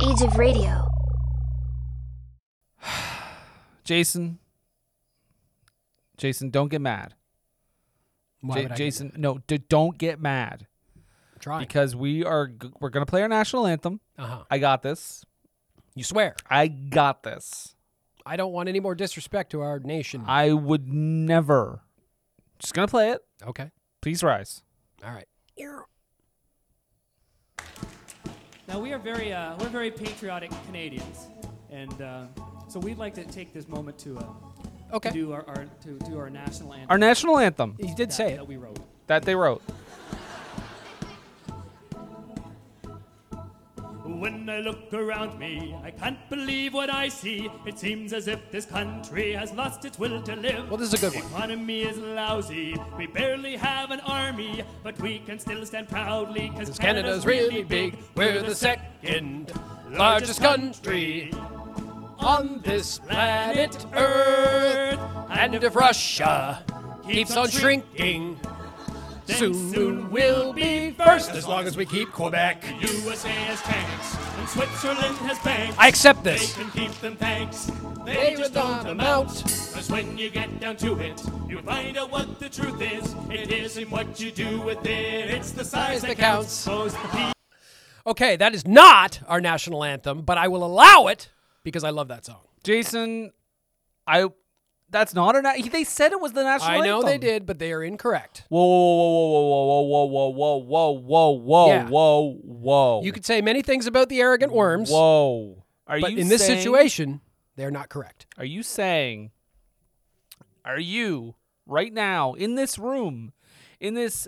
Age of Radio. Jason. Jason, don't get mad. Why Ja- would I get Jason, no, d- don't get mad that? try because we are g- we're gonna play our national anthem. uh huh. I got this. You swear. I got this. I don't want any more disrespect to our nation. I would never. Just gonna play it. okay. Please rise. All right. Here. Now we are very uh, we're very patriotic Canadians, and uh, so we'd like to take this moment to uh, Okay. do our, our to do our national anthem. Our national anthem He did that, say it. that we wrote. that they wrote. When I look around me, I can't believe what I see. It seems as if this country has lost its will to live. Well, this is a good the one. economy is lousy. We barely have an army, but we can still stand proudly because Because Canada's really big. We're the second largest country on this planet Earth. And if Russia keeps on shrinking, then soon we'll be first as long as we keep Quebec. USA has tanks, and Switzerland has banks. I accept They this. can keep them thanks. They just don't amount. Cause when you get down to it, you find out what the truth is. It isn't what you do with it, it's the size that counts. Those people- Okay, that is not our national anthem, but I will allow it because I love that song. Jason, I. That's not a. Na- they said it was the national. I know they anthem. did, but they are incorrect. Whoa, whoa, whoa, whoa, whoa, whoa, whoa, whoa, whoa, Yeah. whoa, whoa. You could say many things about the arrogant worms, Whoa. Are but you in this saying- situation, they're not correct. Are you saying, are you right now in this room, in this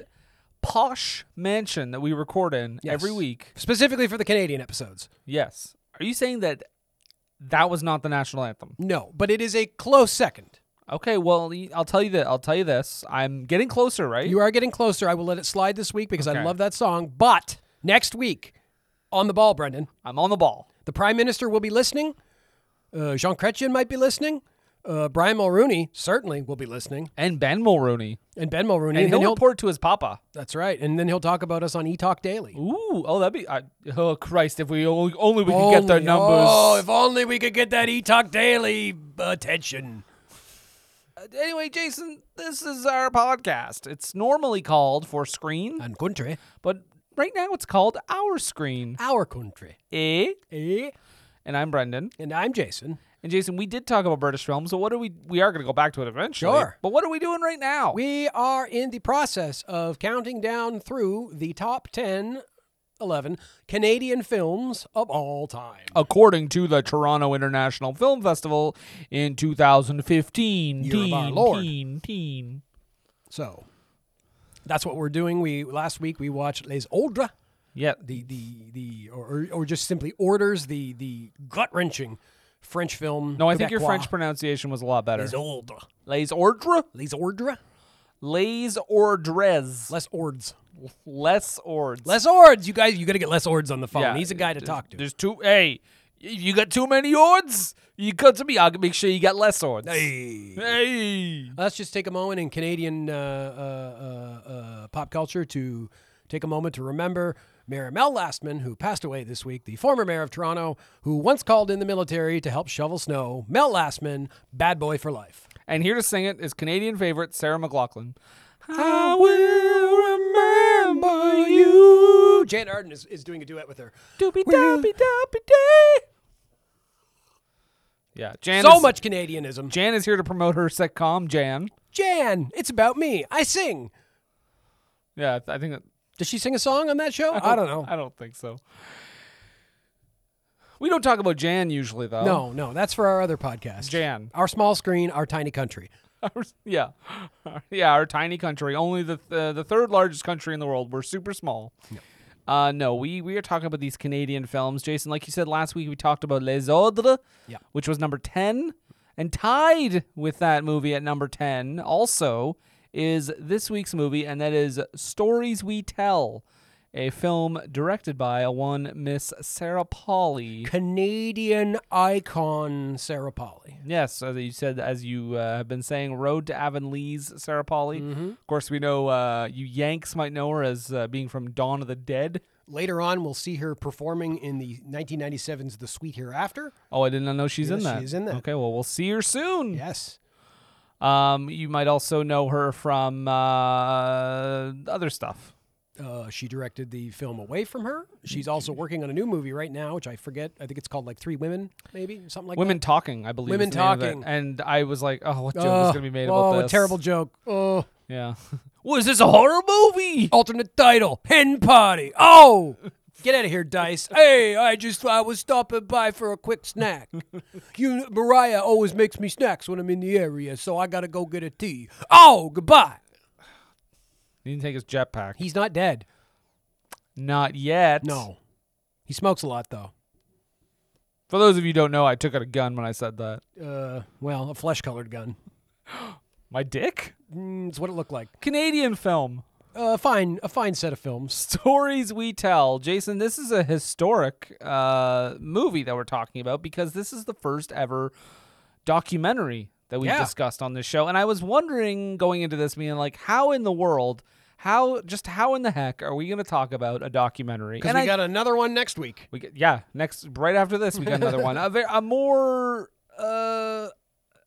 posh mansion that we record in every Yes. week? Specifically for the Canadian episodes. Yes. Are you saying that that was not the national anthem? No, but it is a close second. Okay, well, y- I'll tell you that. I'll tell you this. I'm getting closer, right? You are getting closer. I will let it slide this week because I Okay. love that song. But next week, on the ball, Brendan, I'm on the ball. the Prime Minister will be listening. Uh, Jean Chrétien might be listening. Uh, Brian Mulrooney certainly will be listening, And Ben Mulrooney. and Ben Mulrooney. And, then he'll report to his papa. that's right, and then he'll talk about us on E Talk Daily. Ooh, oh, that'd be. I, oh, Christ, if we only, only we could get their numbers. Oh, if only we could get that E Talk Daily attention. anyway, Jason, this is our podcast. It's normally called For Screen, And country, but right now it's called Our Screen. our country. Eh? Uh, Eh? And I'm Brendan. And I'm Jason. And Jason, we did talk about British films, so what are we we are going to go back to it eventually. Sure. But what are we doing right now? We are in the process of counting down through the top 10, 11 Canadian films of all time. According to the Toronto International Film Festival in 2015, Year of our teen, Lord. teen, teen. So that's what we're doing. We last week we watched Les Ordres, Yeah, the the the or, or just simply Orders, the the gut-wrenching French film. no, I think your Quebecois. French pronunciation was a lot better. Les Ordres. Les ordres, Les Ordres? les ordres, Les Ords. less ords, Les Ords, you guys, you got to get Les Ords on the phone. Yeah, He's a guy to there's- talk to. There's too. Hey, y- you got too many odds. You come to me. I'll make sure you got less odds. Hey. Hey. Let's just take a moment in Canadian uh, uh, uh, uh, pop culture to take a moment to remember Mayor Mel Lastman, who passed away this week, the former mayor of Toronto, who once called in the military to help shovel snow. Mel Lastman, bad boy for life. And here to sing it is Canadian favorite Sarah McLaughlin. I will remember you. Ooh, Jan Arden is, is doing a duet with her. Doopy doopy doopy day. Yeah, Jan. so is, much Canadianism. Jan is here to promote her sitcom. Jan. Jan, it's about me. I sing. Yeah, I think. that- Does she sing a song on that show? I don't know. I don't think so. We don't talk about Jan usually, though. No, no, that's for our other podcast. Oh. Jan. Our small screen, our tiny country. Our- yeah, uh, yeah, our tiny country, only the th- the third largest country in the world. We're super small. Uh, no, we, we are talking about these Canadian films. Jason, like you said last week, we talked about Les Ordres, Yeah. which was number 10. And tied with that movie at number 10 also is this week's movie, and that is Stories We Tell, a film directed by a one Miss Sarah Pauli. Canadian icon Sarah Polly. Yes, as you said, as you uh, have been saying, Road to Avonlea's Sarah Pauli. Mm-hmm. Of course, we know uh, you Yanks might know her as uh, being from Dawn of the Dead. Later on, we'll see her performing in the 1997's The Sweet Hereafter. Oh, I did not know she's in Yes, that. she is in that. Okay, well, we'll see her soon. Yes. Um, you might also know her from uh, other stuff. Uh, she directed the film Away From Her. She's also working on a new movie right now, which I forget. I think it's called like Three Women, maybe something like Women that. Talking, I believe. is Women the name of it. Talking. And I was like, oh, what joke oh, is going to be made oh, about this? a terrible joke. Oh, Yeah. Was this a horror movie? alternate title, Hen Party. Oh, get out of here, Dice. hey, I just I was stopping by for a quick snack. you, Mariah always makes me snacks when I'm in the area, so I gotta go get a tea. Oh, goodbye. He didn't take his jetpack. He's not dead. Not yet. No, he smokes a lot though. For those of you who don't know, I took out a gun when I said that. Uh, well, a flesh-colored gun. My dick? Mm, it's what it looked like. Canadian film. Uh, fine, a fine set of films. Stories we tell. Jason, this is a historic uh, movie that we're talking about because this is the first ever documentary that we've Yeah. discussed on this show. And I was wondering going into this, being like, how in the world, how, just how in the heck are we going to talk about a documentary? Because And we I- got another one next week. We get, yeah, next right after this we got another one. A, ver- a more uh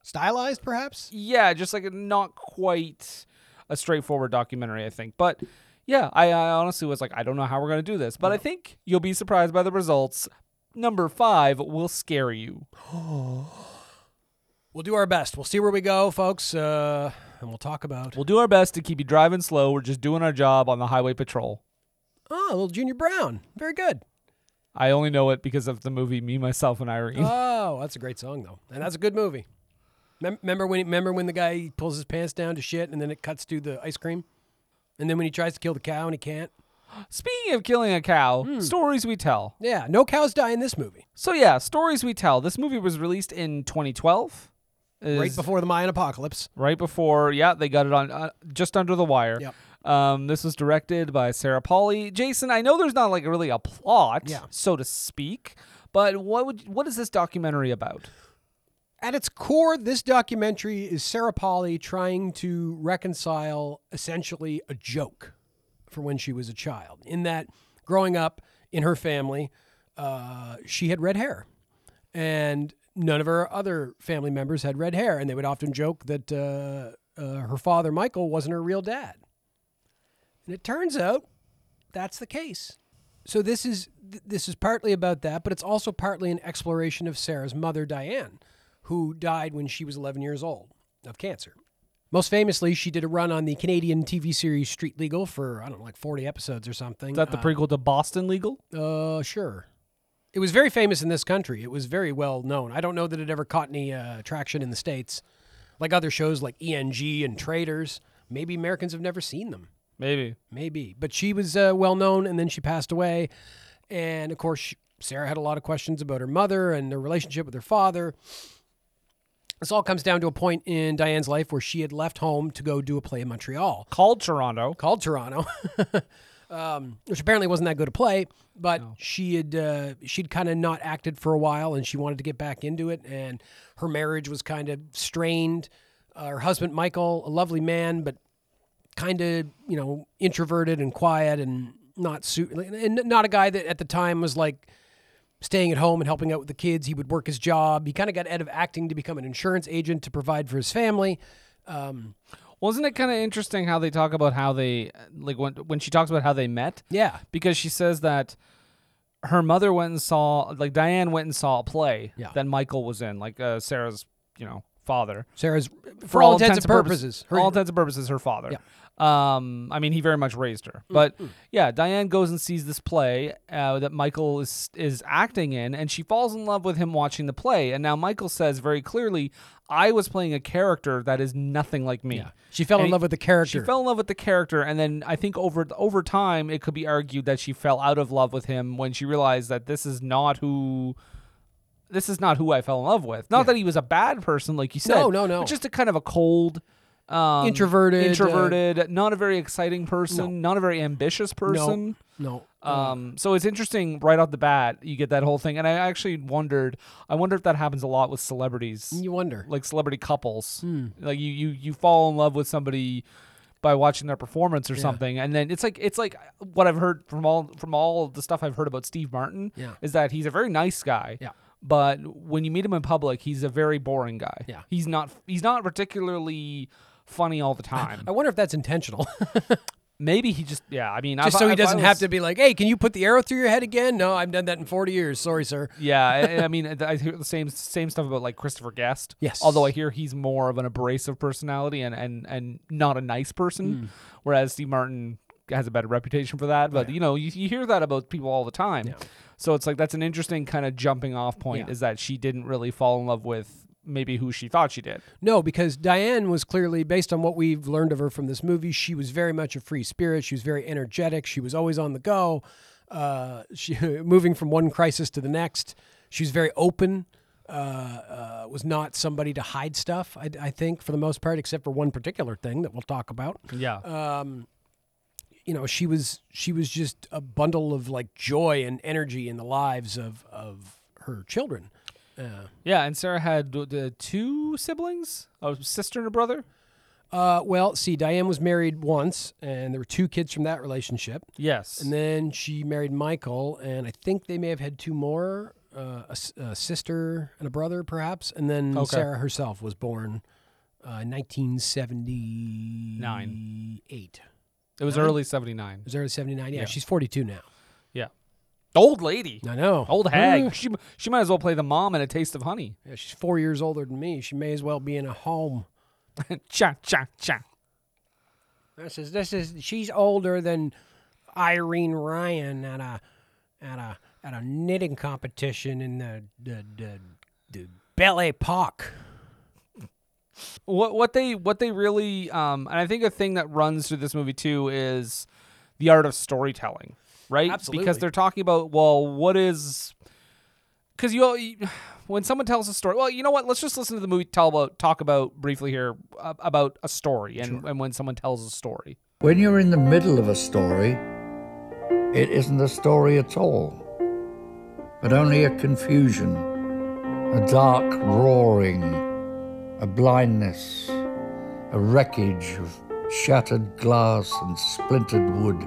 Stylized, perhaps? yeah, just like a, not quite a straightforward documentary, I think. But yeah, I, I honestly was like, I don't know how we're gonna do this, but I think you'll be surprised by the results. Number five will scare you. We'll do our best. We'll see where we go, folks, uh, and we'll talk about. We'll do our best to keep you driving slow. We're just doing our job on the highway patrol. Oh, little Junior Brown. Very good. I only know it because of the movie Me, Myself, and Irene. Oh, that's a great song though, and that's a good movie. Mem- remember when? Remember when the guy pulls his pants down to shit, and then it cuts to the ice cream, and then when he tries to kill the cow and he can't. Speaking of killing a cow, stories we tell. Yeah, no cows die in this movie. So yeah, stories we tell. This movie was released in 2012. Right Is- before the Mayan apocalypse. right before yeah they got it on uh, just under the wire Yep. um, this was directed by sarah Pauli. jason i know there's not like really a plot Yeah. so to speak but what would what is this documentary about At its core, this documentary is Sarah Polly trying to reconcile essentially a joke for when she was a child. In that, growing up in her family, uh, she had red hair, and none of her other family members had red hair. And they would often joke that uh, uh, her father, Michael, wasn't her real dad. And it turns out that's the case. So this is th- this is partly about that, but it's also partly an exploration of Sarah's mother, Diane, who died when she was 11 years old of cancer. Most famously, she did a run on the Canadian TV series Street Legal for I don't know, like 40 episodes or something. is that the prequel to boston legal Uh, sure. It was very famous in this country. It was very well known. I don't know that it ever caught any uh, traction in the states, like other shows like ENG and Traders. Maybe Americans have never seen them maybe maybe. But she was uh, well known, and then she passed away. And of course, she- Sarah had a lot of questions about her mother and her relationship with her father. This all comes down to a point in Diane's life where she had left home to go do a play in Montreal called toronto called Toronto, um, which apparently wasn't that good a play. But she had uh, she'd kind of not acted for a while, and she wanted to get back into it. And her marriage was kind of strained. Uh, her husband Michael, a lovely man, but kind of you know introverted and quiet, and not su- and not a guy that at the time was like staying at home and helping out with the kids. He would work his job. He kind of got out of acting to become an insurance agent to provide for his family. wasn't it kind of interesting how they talk about how they like when when she talks about how they met Yeah, because she says that her mother went and saw like Diane went and saw a play Yeah. that Michael was in, like uh, Sarah's, you know, father. Sarah's, for, all, intents and purpose- purposes, for all intents and purposes, her father. Um, I mean, he very much raised her, Mm, but yeah, Diane goes and sees this play uh, that Michael is is acting in, and she falls in love with him watching the play. And now Michael says very clearly, "I was playing a character that is nothing like me." she fell And in he- love with the character. She fell in love with the character, and then I think over over time, it could be argued that she fell out of love with him when she realized that this is not who. This is not who I fell in love with. Not that he was a bad person, like you said. No, no, no. But just a kind of a cold, um, Introverted, uh, introverted, not a very exciting person, not a very ambitious person. no, no. Um, so it's interesting right off the bat, you get that whole thing. And I actually wondered, I wonder if that happens a lot with celebrities you wonder. like celebrity couples. Hmm. Like you, you you fall in love with somebody by watching their performance or something, and then it's like it's like what I've heard from all from all the stuff I've heard about Steve Martin Yeah. is that he's a very nice guy. Yeah. But when you meet him in public, he's a very boring guy. Yeah. He's not he's not particularly funny all the time. I wonder if that's intentional, Maybe he just yeah, I mean just if I- so he if I doesn't have was- to be like, "Hey, can you put the arrow through your head again?" No, I've done that in forty years. Sorry, sir. Yeah, I, I mean, I hear the same same stuff about like Christopher Guest. Yes. Although I hear he's more of an abrasive personality and and and not a nice Hmm. person, whereas Steve Martin has a better reputation for that. But you know, you, you hear that about people all the time. So it's like that's an interesting kind of jumping off point. Yeah. Is that she didn't really fall in love with maybe who she thought she did. No, because Diane was clearly, based on what we've learned of her from this movie, she was very much a free spirit. She was very energetic. She was always on the go, uh, she, moving from one crisis to the next. She was very open. Uh, uh, was not somebody to hide stuff. I, I think for the most part, except for one particular thing that we'll talk about. Yeah. You know, she was she was just a bundle of like joy and energy in the lives of of her children. yeah. And Sarah had uh, the two siblings, a sister and a brother. Uh, well, see, Diane was married once, and there were two kids from that relationship. Yes. And then she married Michael, and I think they may have had two more uh, a, s- a sister and a brother, perhaps. And then Okay. Sarah herself was born uh, 1978. it was early seventy nine. Was early 79? Yeah, she's 42 now. Yeah. Old lady. I know. Mm. Old hag. she she might as well play the mom in A Taste of Honey. Yeah, she's four years older than me. She may as well be in a home. cha cha cha. This is this is she's older than Irene Ryan at a at a at a knitting competition in the the the, the Belle Epoque. What what they what they really um and I think a thing that runs through this movie too is the art of storytelling, right? Because Absolutely. they're talking about well, what is because you, all- you when someone tells a story well you know what let's just listen to the movie tell about talk about briefly here uh, about a story and, and when someone tells a story When you're in the middle of a story, it isn't a story at all, but only a confusion, a dark roaring, a blindness, a wreckage of shattered glass and splintered wood,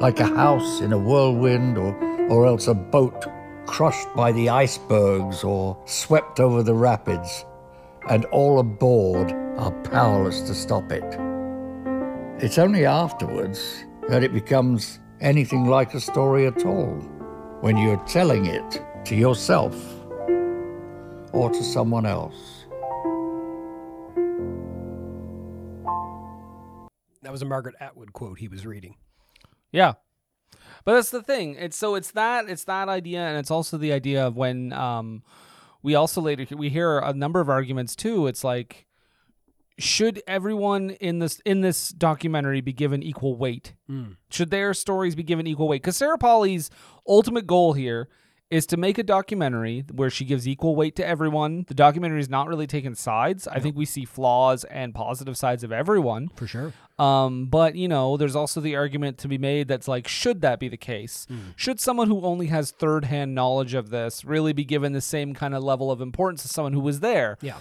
like a house in a whirlwind or, or else a boat crushed by the icebergs or swept over the rapids, and all aboard are powerless to stop it. It's only afterwards that it becomes anything like a story at all, when you're telling it to yourself or to someone else. That was a Margaret Atwood quote he was reading. Yeah. But that's the thing. It's so it's that it's that idea and it's also the idea of when um we also later we hear a number of arguments too. It's like should everyone in this in this documentary be given equal weight? Should their stories be given equal weight? Cuz Sarah Pauli's ultimate goal here is to make a documentary where she gives equal weight to everyone. The documentary is not really taking sides. I think we see flaws and positive sides of everyone. For sure. Um, but you know, there's also the argument to be made that's like, should that be the case? Should someone who only has third-hand knowledge of this really be given the same kind of level of importance as someone who was there? Yeah.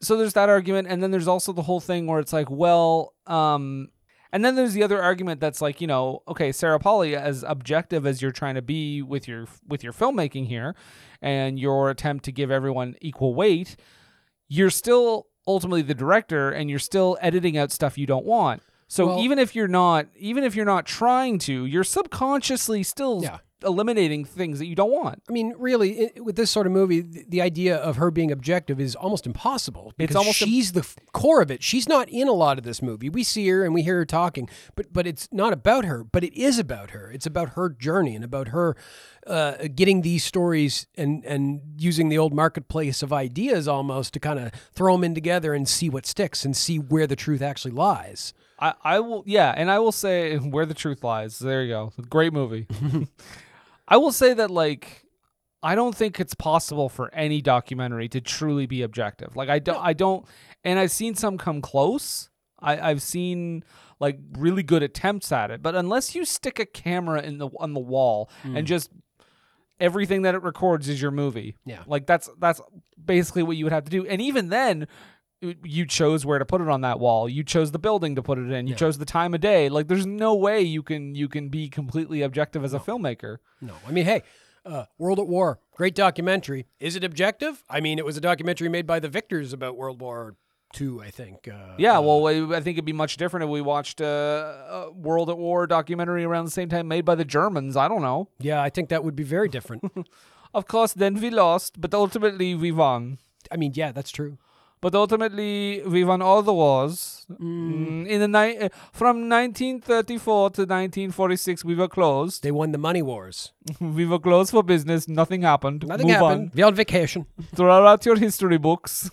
So there's that argument, and then there's also the whole thing where it's like, well, um, and then there's the other argument that's like, you know, okay, Sarah Polly, as objective as you're trying to be with your with your filmmaking here, and your attempt to give everyone equal weight, you're still ultimately the director and you're still editing out stuff you don't want. So Well- even if you're not even if you're not trying to, you're subconsciously still Yeah. eliminating things that you don't want. I mean, really, i with this sort of movie, the, the idea of her being objective is almost impossible. Because almost im- she's the f- core of it. She's not in a lot of this movie. We see her and we hear her talking, but but it's not about her. But it is about her. It's about her journey and about her uh, getting these stories and and using the old marketplace of ideas almost to kind of throw them in together and see what sticks and see where the truth actually lies. I, I will yeah, and I will say where the truth lies. There you go. Great movie. I will say that like I don't think it's possible for any documentary to truly be objective. Like I don't I don't and I've seen some come close. I, I've seen like really good attempts at it. But unless you stick a camera in the on the wall and just everything that it records is your movie. Yeah. Like that's that's basically what you would have to do. And even then y- you chose where to put it on that wall. You chose the building to put it in. You chose the time of day. Like there's no way you can you can be completely objective as a filmmaker. No, I mean, hey, uh, World at War, great documentary. Is it objective? I mean, it was a documentary made by the victors about World War II, I think. Uh, Yeah, well, I I think it'd be much different if we watched uh, a World at War documentary around the same time made by the Germans. I don't know. yeah, I think that would be very different. Of course, then we lost, but ultimately we won. I mean, yeah, that's true. But ultimately, we won all the wars. Mm, In the ni- uh, from 1934 to 1946, we were closed. They won the money wars. we were closed for business. Nothing happened. Nothing Move happened. We're on vacation. on. Throw out your history books.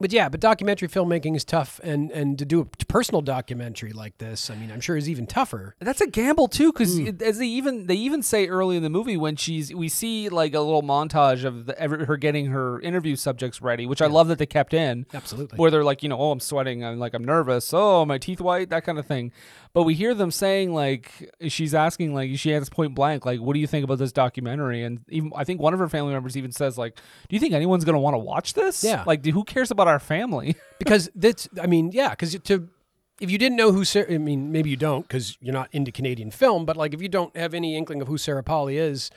But yeah, but documentary filmmaking is tough, and and to do a p- personal documentary like this, I mean, I'm sure is even tougher. That's a gamble too, because as they even they even say early in the movie when she's we see like a little montage of the, every, her getting her interview subjects ready, which I love that they kept in. Absolutely. where they're like, you know, oh, I'm sweating, I'm like I'm nervous, oh, my teeth white, that kind of thing. But we hear them saying like she's asking like she asks point blank like, what do you think about this documentary? And even I think one of her family members even says like, do you think anyone's gonna want to watch this? Yeah. like who cares about our family? because that's i mean yeah because to if you didn't know who sarah i mean maybe you don't because you're not into canadian film but like if you don't have any inkling of who sarah polly is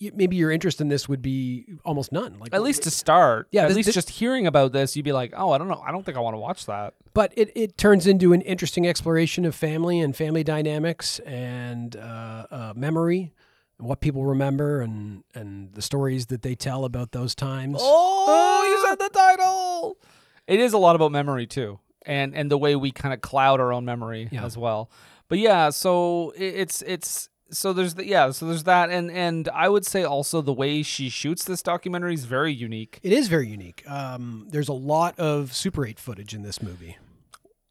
y- maybe your interest in this would be almost none like At least to start, Yeah, At this- least this- just hearing about this, you'd be like, oh, I don't know, I don't think I want to watch that. but it, it turns into an interesting exploration of family and family dynamics and uh, uh, memory and what people remember and and the stories that they tell about those times Oh, you said the title. It is a lot about memory too, and and the way we kind of cloud our own memory as well. But yeah, so i- it's it's so there's the, yeah so there's that, and and I would say also the way she shoots this documentary is very unique. it is very unique um, there's a lot of super 8 footage in this movie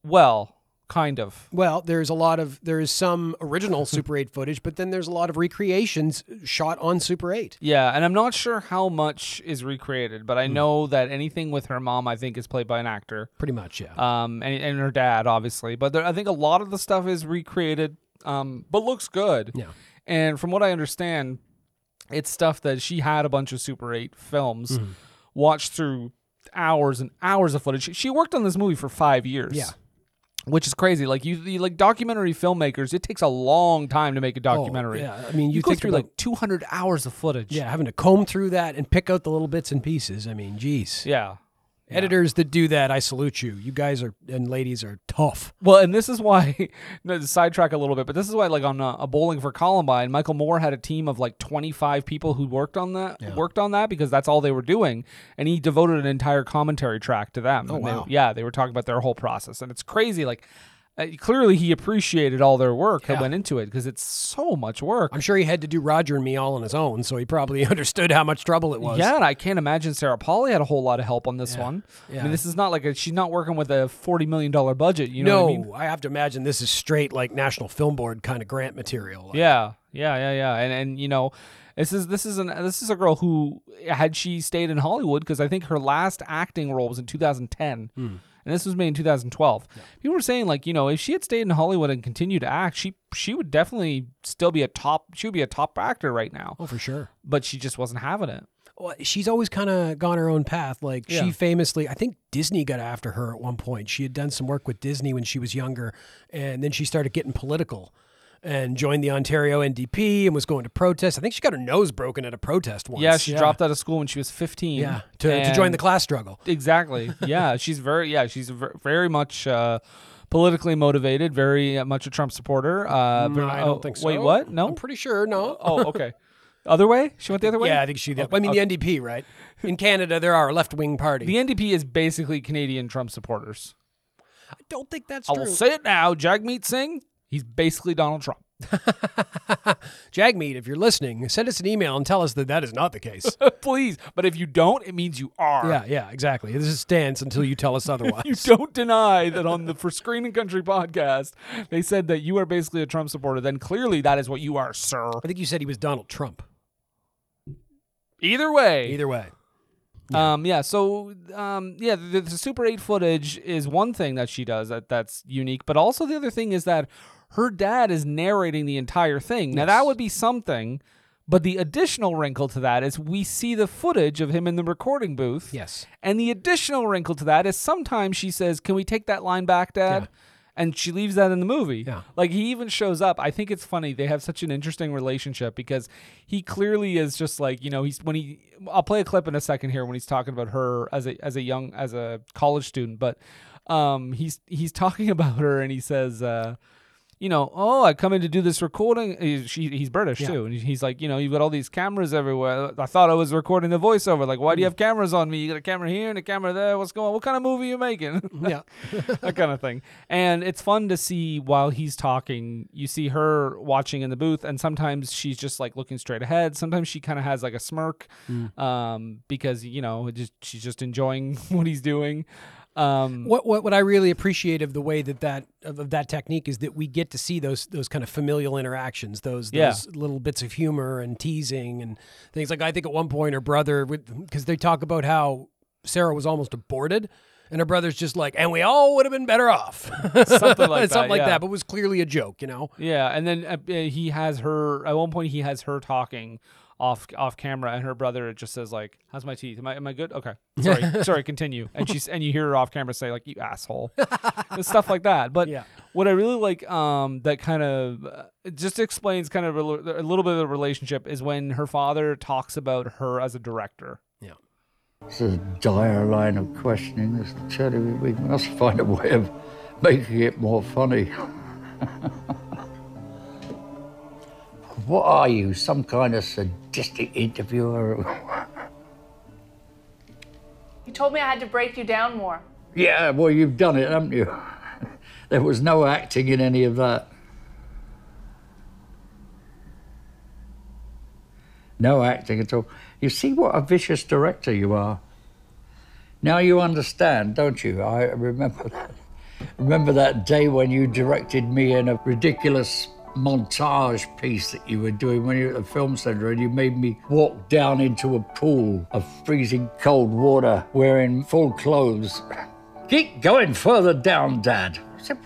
Well, kind of. Well, there's a lot of there is some original Super 8 footage, but then there's a lot of recreations shot on Super 8. Yeah, and I'm not sure how much is recreated, but I know that anything with her mom, I think, is played by an actor. Pretty much, yeah. um, and, and her dad, obviously. But there, I think a lot of the stuff is recreated, um, but looks good. Yeah. And from what I understand, it's stuff that she had a bunch of Super 8 films Mm-hmm. watched through hours and hours of footage. She, she worked on this movie for five years. Yeah. Which is crazy. Like you, you, like documentary filmmakers, it takes a long time to make a documentary. Oh, yeah. I mean, you go think through about- like 200 hours of footage. yeah, having to comb through that and pick out the little bits and pieces. I mean, geez. Yeah. Editors that do that, I salute you. You guys are and ladies are tough. Well, and this is why, no, to sidetrack a little bit, but this is why, like on uh, a bowling for Columbine, Michael Moore had a team of like 25 people who worked on that, worked on that because that's all they were doing, and he devoted an entire commentary track to them. Oh wow. yeah, they were talking about their whole process, and it's crazy. Like, uh, clearly he appreciated all their work that went into it because it's so much work. I'm sure he had to do Roger and me all on his own, so he probably understood how much trouble it was. Yeah, and I can't imagine Sarah Polly had a whole lot of help on this one. I Yeah. mean, this is not like a, she's not working with a forty million dollar budget. You know no, what I mean? I have to imagine this is straight like National Film Board kind of grant material. Like, Yeah, yeah, yeah, yeah. And and you know, this is this is an this is a girl who had she stayed in Hollywood because I think her last acting role was in 2010. Hmm. And this was made in 2012. People were saying like, you know, if she had stayed in Hollywood and continued to act, she she would definitely still be a top she would be a top actor right now. Oh, for sure. But she just wasn't having it. well, she's always kind of gone her own path. Like Yeah. she famously, I think Disney got after her at one point. She had done some work with Disney when she was younger, and then she started getting political and joined the Ontario NDP and was going to protest. I think she got her nose broken at a protest once. Yeah, she dropped out of school when she was 15. Yeah, to, to join the and- class struggle. Exactly. Yeah, she's very yeah, she's ver- very much uh politically motivated, very much a Trump supporter. Uh, No, but- Mm, I oh, don't think so. Wait, what? No. I'm pretty sure. No. Oh, oh, okay. Other way? She went the other way. yeah, I think she. The, I mean, the NDP, right? In Canada, there are a left-wing party. the NDP is basically Canadian Trump supporters. I don't think that's I true. will say it now, Jagmeet Singh. He's basically Donald Trump. Jagmeet, if you're listening, send us an email and tell us that that is not the case. Please, but if you don't, it means you are. yeah, yeah, exactly. This is stance until you tell us otherwise. You don't deny that on the For Screen and Country podcast, they said that you are basically a Trump supporter. Then clearly that is what you are, sir. I think you said he was Donald Trump. Either way, Either way, Um, yeah. So, um, yeah, the, the Super 8 footage is one thing that she does that that's unique, but also the other thing is that her dad is narrating the entire thing. Now that would be something, but the additional wrinkle to that is we see the footage of him in the recording booth. Yes. And the additional wrinkle to that is sometimes she says, "Can we take that line back, Dad?" And she leaves that in the movie. Yeah. Like he even shows up. I think it's funny. They have such an interesting relationship because he clearly is just like you know he's when he. I'll play a clip in a second here when he's talking about her as a as a young as a college student, but um he's he's talking about her and he says. uh you know, oh, I come in to do this recording. He's, she, he's British too, and he's like, you know, you've got all these cameras everywhere. I thought I was recording the voiceover. Like, why do you Mm. have cameras on me? You got a camera here and a camera there. What's going? on? What kind of movie are you making? yeah. that kind of thing. And it's fun to see while he's talking, you see her watching in the booth, and sometimes she's just like looking straight ahead. Sometimes she kind of has like a smirk, Mm. um, because you know, it just she's just enjoying what he's doing. Um, What, what what I really appreciate of the way that that of of that technique is that we get to see those those kind of familial interactions, those Yeah. those little bits of humor and teasing and things like I think at one point her brother because they talk about how Sarah was almost aborted. And her brother's just like, and we all would have been better off, Something like that, something like yeah. that. But it was clearly a joke, you know. yeah, and then uh, uh, he has her at one point. He has her talking off off camera, and her brother just says like, "How's my teeth? Am I am I good? Okay, sorry, sorry, continue." And she's and you hear her off camera say like, "You asshole," and stuff like that. But Yeah. what I really like um, that kind of uh, it just explains kind of a, li- a little bit of the relationship is when her father talks about her as a director. It's a dire line of questioning. This Surely we we must find a way of making it more funny. what are you, some kind of sadistic interviewer? You told me I had to break you down more. yeah, well, you've done it, haven't you? there was no acting in any of that. No acting at all. You see what a vicious director you are. Now you understand, don't you? I remember that. Remember that day when you directed me in a ridiculous montage piece that you were doing when you were at the film centre and you made me walk down into a pool of freezing cold water wearing full clothes. Keep going further down, Dad. I said,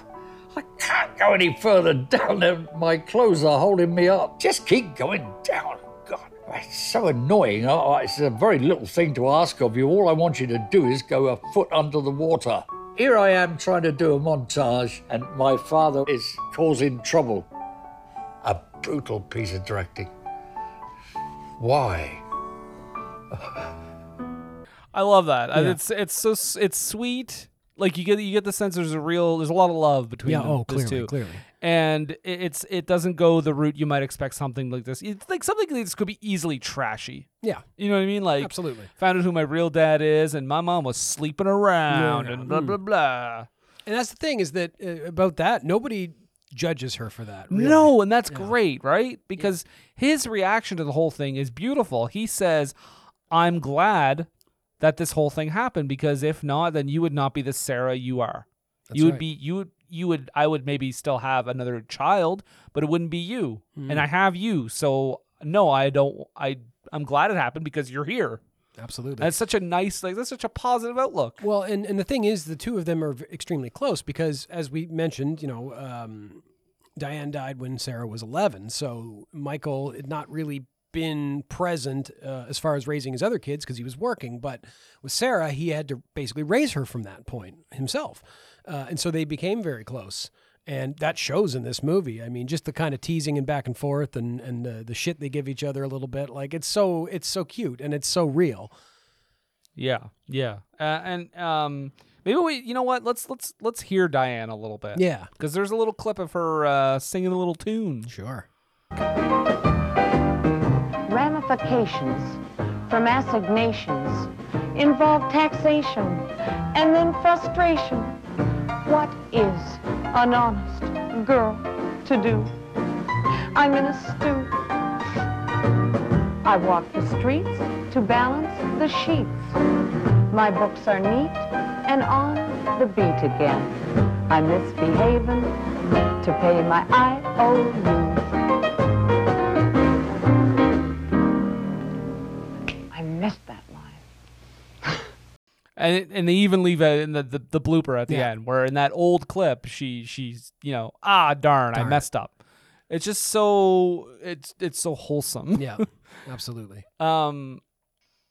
I can't go any further down. They're- My clothes are holding me up. Just keep going down. God, it's so annoying. I- I- It's a very little thing to ask of you. All I want you to do is go a foot under the water. Here I am trying to do a montage, and my father is causing trouble. A brutal piece of directing. Why? I love that. Uh, It's it's so s- it's sweet. Like you get you get the sense there's a real there's a lot of love between Yeah, them, oh, those clearly, two. clearly. And i- it's it doesn't go the route you might expect something like this. It's like something like this could be easily trashy. Yeah, You know what I mean? Like Absolutely. Found out who my real dad is, and my mom was sleeping around, Yeah. Hmm. and blah blah blah. and that's the thing is that uh, about that nobody judges her for that. really. No, and that's great, right? Because his reaction to the whole thing is beautiful. He says, "I'm glad that this whole thing happened because if not, then you would not be the Sarah you are. you would right. be you would you would I would maybe still have another child, but it wouldn't be you. Hmm. And I have you, so no, I don't. I I'm glad it happened because you're here. absolutely. That's such a nice, like that's such a positive outlook. Well, and, and the thing is, the two of them are v- extremely close because, as we mentioned, you know, um, Diane died when Sarah was 11. So Michael had not really been present uh, as far as raising his other kids because he was working. But with Sarah, he had to basically raise her from that point himself. Uh, and so they became very close. And that shows in this movie. I mean, just the kind of teasing and back and forth, and and uh, the shit they give each other a little bit. Like it's so it's so cute and it's so real. Yeah, yeah, uh, and um, Maybe we, you know what? Let's let's let's hear Diane a little bit. Yeah. because there's a little clip of her uh, singing a little tune. Sure. ramifications from assignations involve taxation and then frustration. What is an honest girl to do? I'm in a stew. I walk the streets to balance the sheets. My books are neat and on the beat again. I'm misbehaving to pay my IOUs. I missed that line. and it- and they even leave it in the, the, the blooper at the Yeah. end where in that old clip she she's you know ah darn, I Darn. messed up. It's just so it's it's so wholesome. Yeah, absolutely. Um,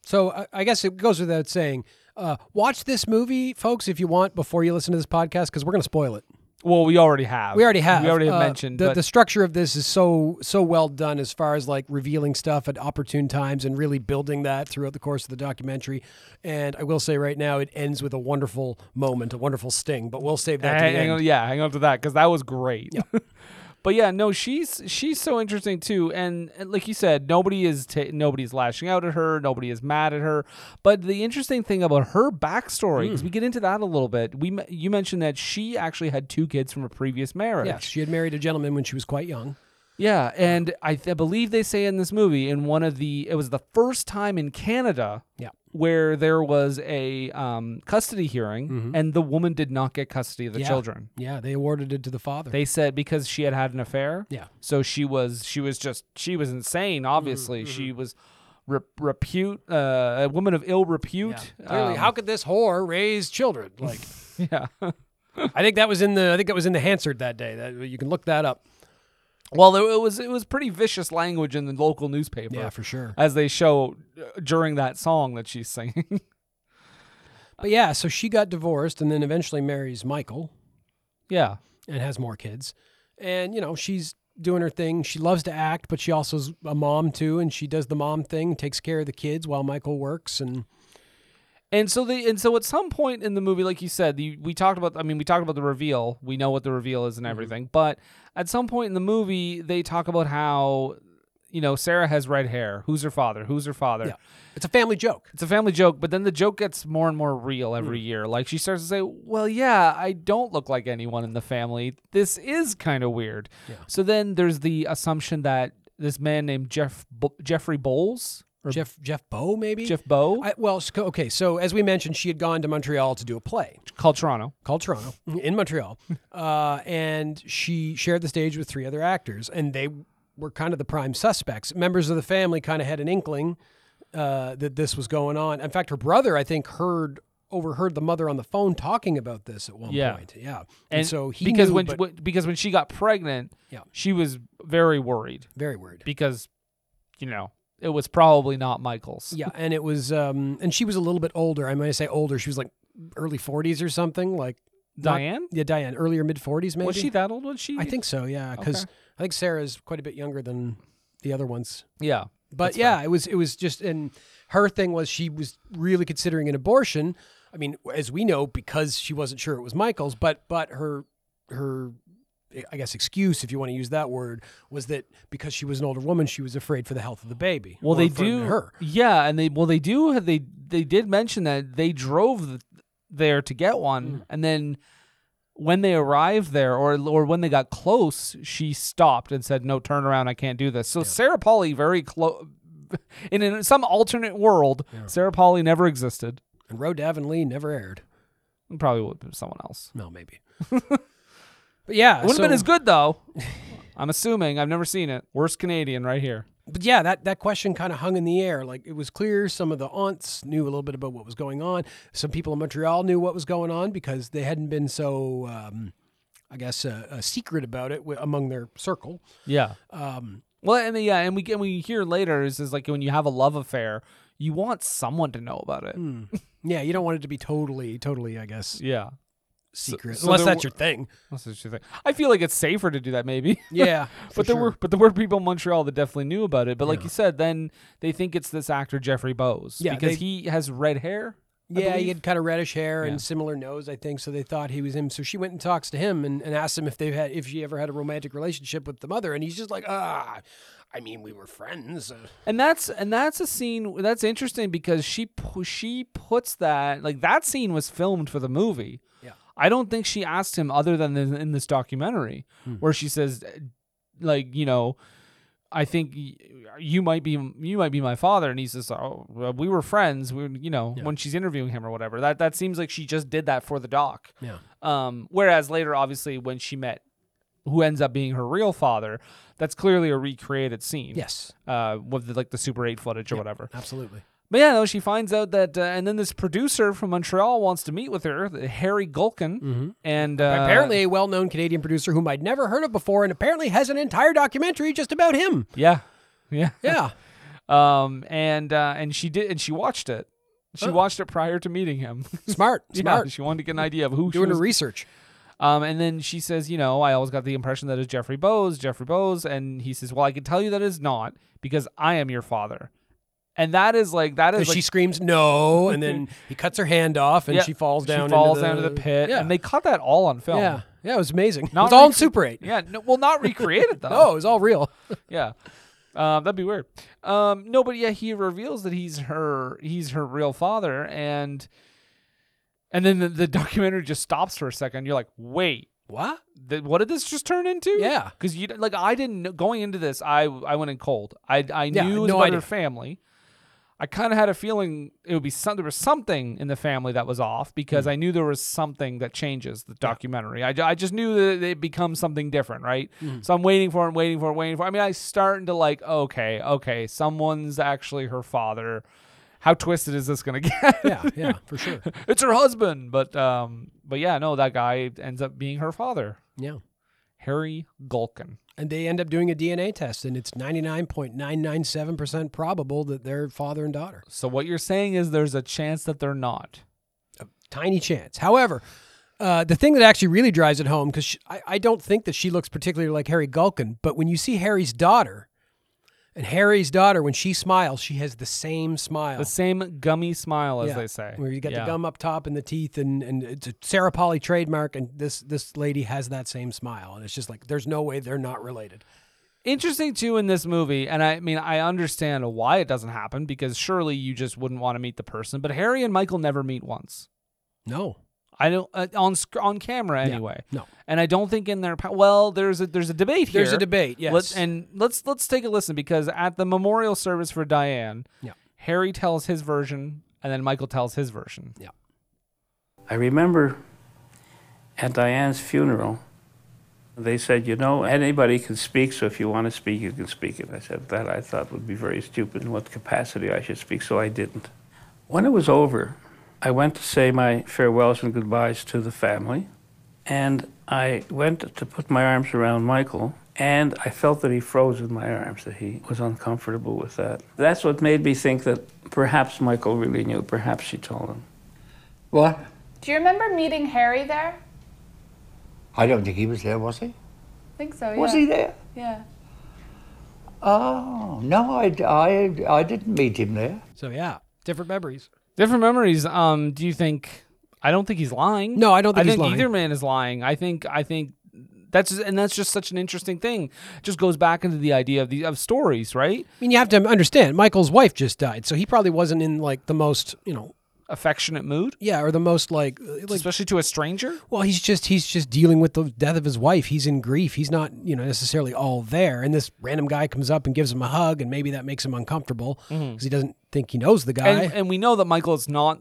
So I, I guess it goes without saying. Uh, watch this movie, folks, if you want, before you listen to this podcast, because we're going to spoil it. well, we already have. We already have. We already uh, mentioned. the, but the structure of this is so so well done as far as like revealing stuff at opportune times and really building that throughout the course of the documentary. And I will say right now, it ends with a wonderful moment, a wonderful sting. But we'll save that. to Hang- the hang end. on- yeah, hang on to that because that was great. but yeah, no, she's she's so interesting too, and, and like you said, nobody is ta nobody's lashing out at her, nobody is mad at her. But the interesting thing about her backstory, Hmm. because we get into that a little bit, we m- you mentioned that she actually had two kids from a previous marriage. Yeah, she had married a gentleman when she was quite young. Yeah, and I, th- I believe they say in this movie in one of the it was the first time in Canada Yeah. where there was a um, custody hearing and the woman did not get custody of the Mm-hmm. Yeah. children. Yeah, they awarded it to the father. They said because she had had an affair. Yeah. So she was she was just she was insane. Obviously, Mm-hmm. she was re- repute uh, a woman of ill repute. Clearly, Um, how could this whore raise children? Like, yeah. I think that was in the I think that was in the Hansard that day. That you can look that up. well, it, it was it was pretty vicious language in the local newspaper. sure. As they show uh, during that song that she's singing. But yeah, so she got divorced and then eventually marries Michael yeah. and has more kids. And you know, she's doing her thing. She loves to act, but she also is a mom too, and she does the mom thing, takes care of the kids while Michael works. And And so they and so at some point in the movie, like you said, the, we talked about. I mean, we talked about the reveal. We know what the reveal is and Mm-hmm. everything. But at some point in the movie, they talk about how you know Sarah has red hair. Who's her father? Who's her father? yeah, it's a family joke. It's a family joke, but then the joke gets more and more Hmm. real every year. Like she starts to say, "Well, yeah, I don't look like anyone in the family. This is kind of weird." So then there's the assumption that this man named Jeff Bo- Jeffrey Bowles or Jeff Jeff Bow maybe Jeff Bow I, well, so- okay. So as we mentioned, she had gone to Montreal to do a play. called Toronto. called Toronto in Montreal, uh, and she shared the stage with three other actors, and they were kind of the prime suspects. Members of the family kind of had an inkling uh, that this was going on. In fact, her brother, I think, heard overheard the mother on the phone talking about this at one Yeah. point. Yeah, and, and so he because knew, when but when- because when she got pregnant, Yeah. she was very worried very worried. because you know it was probably not Michael's. Yeah, and it was, um, and she was a little bit older. I might say older. She was like early forties or something. Like not- Diane? yeah, Diane, earlier mid forties, maybe. was she that old? Was she? I think so. Yeah, because Okay. I think Sarah's quite a bit younger than the other ones. yeah. But yeah, it was it was just and her thing was she was really considering an abortion. I mean, as we know, because she wasn't sure it was Michael's, but but her her I guess excuse, if you want to use that word, was that because she was an older woman, she was afraid for the health of the baby. Well, or they for do. her. Yeah, and they well they do have- they they did mention that they drove th- there to get one, Hmm. and then when they arrived there or or when they got close, she stopped and said, "No, turn around, I can't do this." So Sarah Pauli very close. In an- some alternate world, Sarah Pauli never existed. And Roe Davenlee never aired. Probably would have been someone else. No, maybe. but yeah, It wouldn't have so- been as good though. I'm assuming. I've never seen it. Worst Canadian right here. but yeah, that, that question kind of hung in the air. Like it was clear some of the aunts knew a little bit about what was going on. Some people in Montreal knew what was going on because they hadn't been so, um, I guess, uh, uh, secret about it wi among their circle. Yeah. Um. Well, and the, yeah, and we can we hear later is is like when you have a love affair, you want someone to know about it. Yeah, you don't want it to be totally, totally, I guess, Yeah. secret. so unless there that's were- your thing. That's what you think. I feel like it's safer to do that maybe. Yeah. But there were but there were people in Montreal that definitely knew about it. But like you said, then they think it's this actor Jeffrey Bowes Yeah, because they- he has red hair. Yeah, he believe. had kind of reddish hair Yeah. and similar nose, I think. So they thought he was him. So she went and talks to him and, and asked him if they had if she ever had a romantic relationship with the mother, and he's just like, ah, I mean, we were friends. Uh, And that's and that's a scene that's interesting because she pu- she puts that like that scene was filmed for the movie. Yeah. I don't think she asked him other than in, in this documentary Hmm. where she says eh, like, you know, I think y- you might be you might be my father and he says, "Oh, well, we were friends." We, were- you know, when she's interviewing him or whatever. That that seems like she just did that for the doc. Yeah. Um whereas later obviously when she met who ends up being her real father, that's clearly a recreated scene Yes, uh, with the, like the Super 8 footage or whatever. absolutely. But yeah, no, she finds out that, uh, and then this producer from Montreal wants to meet with her, the- Harry Gulkin, and uh, Mm-hmm. apparently, a well-known Canadian producer whom I'd never heard of before, and apparently has an entire documentary just about him. yeah, yeah, Yeah, um, and uh, and she did, and she watched it. She watched it prior to meeting him. smart, Yeah, Oh. smart. she wanted to get an idea of who she Doing her was research. Um, and then she says, you know, I always got the impression that it's Jeffrey Bowes, Jeffrey Bowes, and he says, well, I can tell you that it's not because I am your father, and that is like that So is like, she screams no, and then he cuts her hand off, and yeah, she falls down. She falls into down to the pit, Yeah, and they cut that all on film. yeah, yeah. It was amazing. It's it Not was all in recre- Super Eight. Yeah, no, well, not recreated though. No, it was all real. yeah, um, that'd be weird. Um, no, but yeah, he reveals that he's her, he's her real father, and and then the, the documentary just stops for a second. You're like, wait, What? th- what did this just turn into? Yeah. because you like I didn't know- going into this. I I went in cold. I I Yeah, knew it was no about idea. her family. I kind of had a feeling it would be some, there was something in the family that was off because Hmm. I knew there was something that changes the documentary. I, ju- I just knew that it becomes something different, right? Hmm. So I'm waiting for it, and waiting for it, waiting for. It. I mean, I starting to like, okay, okay, someone's actually her father. How twisted is this gonna get? Yeah, yeah, for sure. it's her husband, but um, but yeah, no, that guy ends up being her father, Yeah. Harry Gulkin. And they end up doing a DNA test, and it's 99.997% probable that they're father and daughter. So what you're saying is there's a chance that they're not. Tiny chance. However, uh, the thing that actually really drives it home, because I, I don't think that she looks particularly like Harry Gulkin, but when you see Harry's daughter, and Harry's daughter, when she smiles, she has the same smile. The same gummy smile, as Yeah, they say. Where you got Yeah. the gum up top and the teeth, and, and it's a Sarah Polly trademark, and this, this lady has that same smile. And it's just like, there's no way they're not related. Interesting too in this movie, and I mean I understand why it doesn't happen because surely you just wouldn't want to meet the person. But Harry and Michael never meet once. No. I don't uh, on sc- on camera anyway. no. and I don't think in their pa- well, there's a there's a debate here. There's a debate, Let's- yes. and let's let's take a listen because at the memorial service for Diane, Yeah. Harry tells his version, and then Michael tells his version. Yeah. I remember at Diane's funeral, they said, you know, anybody can speak, so if you want to speak, you can speak. And I said, that I thought would be very stupid in what capacity I should speak, so I didn't. When it was over, I went to say my farewells and goodbyes to the family, and I went to put my arms around Michael, and I felt that he froze in my arms, that he was uncomfortable with that. That's what made me think that perhaps Michael really knew, perhaps she told him. What? Do you remember meeting Harry there? I don't think he was there, was he? I think so. Yeah. Was he there? Yeah. Oh, no, I, I, I didn't meet him there. So, yeah, different memories. Different memories. Um, do you think? I don't think he's lying. No, I don't think I he's think lying. either man is lying. I think. I think that's just, and that's just such an interesting thing. Just goes back into the idea of the of stories, right? I mean, you have to understand, Michael's wife just died, so he probably wasn't in like the most, you know, Affectionate mood, yeah, or the most like, uh, like. especially to a stranger. Well, he's just he's just dealing with the death of his wife. He's in grief. He's not, you know, necessarily all there. And this random guy comes up and gives him a hug, and maybe that makes him uncomfortable because he doesn't think he knows the guy. Mm-hmm. And, and we know that Michael is not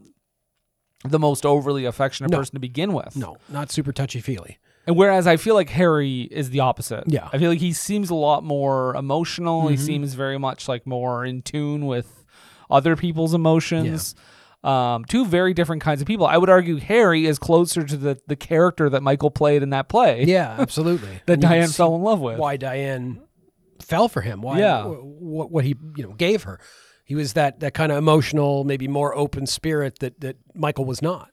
the most overly affectionate No. person to begin with. no, not super touchy feely. And whereas I feel like Harry is the opposite. Yeah. I feel like he seems a lot more emotional. He seems very much like more in tune with other people's emotions. Um, two very different kinds of people. I would argue Harry is closer to the, the character that Michael played in that play Yeah, absolutely. that And you can Diane see fell in love with. Why Diane fell for him? Why? Yeah. What, what he you know gave her? He was that that kind of emotional, maybe more open spirit that that Michael was not.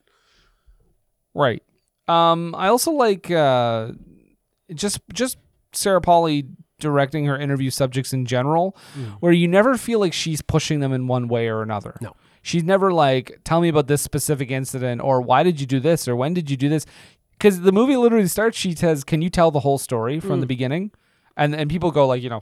Right. Um, I also like uh, just just Sarah Pauly directing her interview subjects in general, where you never feel like she's pushing them in one way or another. Mm. No. She's never like, tell me about this specific incident or why did you do this or when did you do this? Because the movie literally starts, she says, can you tell the whole story Mm. from the beginning? And and people go like, you know,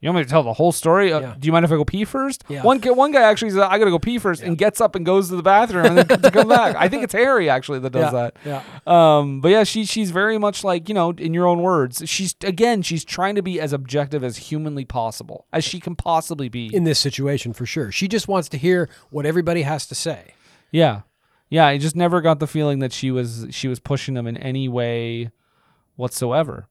you want me to tell the whole story? Uh, Yeah. Do you mind if I go pee first? Yeah. One ki- one guy actually says, I gotta go pee first, and gets up and goes to the bathroom and then comes- comes back. I think it's Harry actually that does Yeah, that. yeah. Um, but yeah, she she's very much like you know, in your own words, she's again, she's trying to be as objective as humanly possible, as she can possibly be. in this situation for sure. She just wants to hear what everybody has to say. yeah, yeah. I just never got the feeling that she was she was pushing them in any way whatsoever.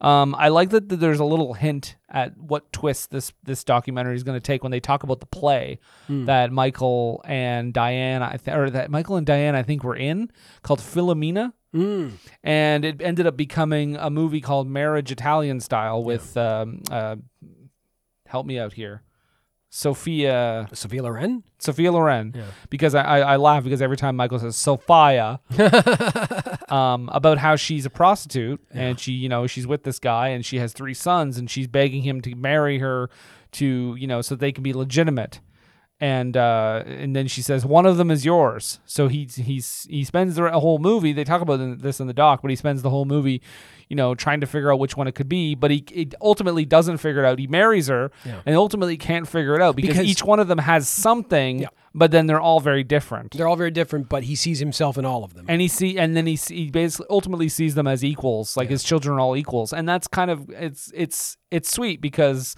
Um, I like that th- there's a little hint at what twist this this documentary is going to take when they talk about the play that Michael and Diane, I th- or that Michael and Diane, I think were in called Philomena, and it ended up becoming a movie called Marriage Italian Style with um, uh, help me out here, Sophia. Sophia Loren? Sophia Loren because I, I, I laugh because every time Michael says Sophia um, about how she's a prostitute and she you know she's with this guy and she has three sons and she's begging him to marry her to you know so they can be legitimate and uh, and then she says one of them is yours so he he's he spends the whole movie they talk about in- this in the doc but he spends the whole movie you know trying to figure out which one it could be but he, he ultimately doesn't figure it out he marries her and ultimately can't figure it out because, Because- each one of them has something Yeah. but then they're all very different They're all very different, but he sees himself in all of them. and he see and then he, see, he basically ultimately sees them as equals like his children are all equals and that's kind of it's it's it's sweet because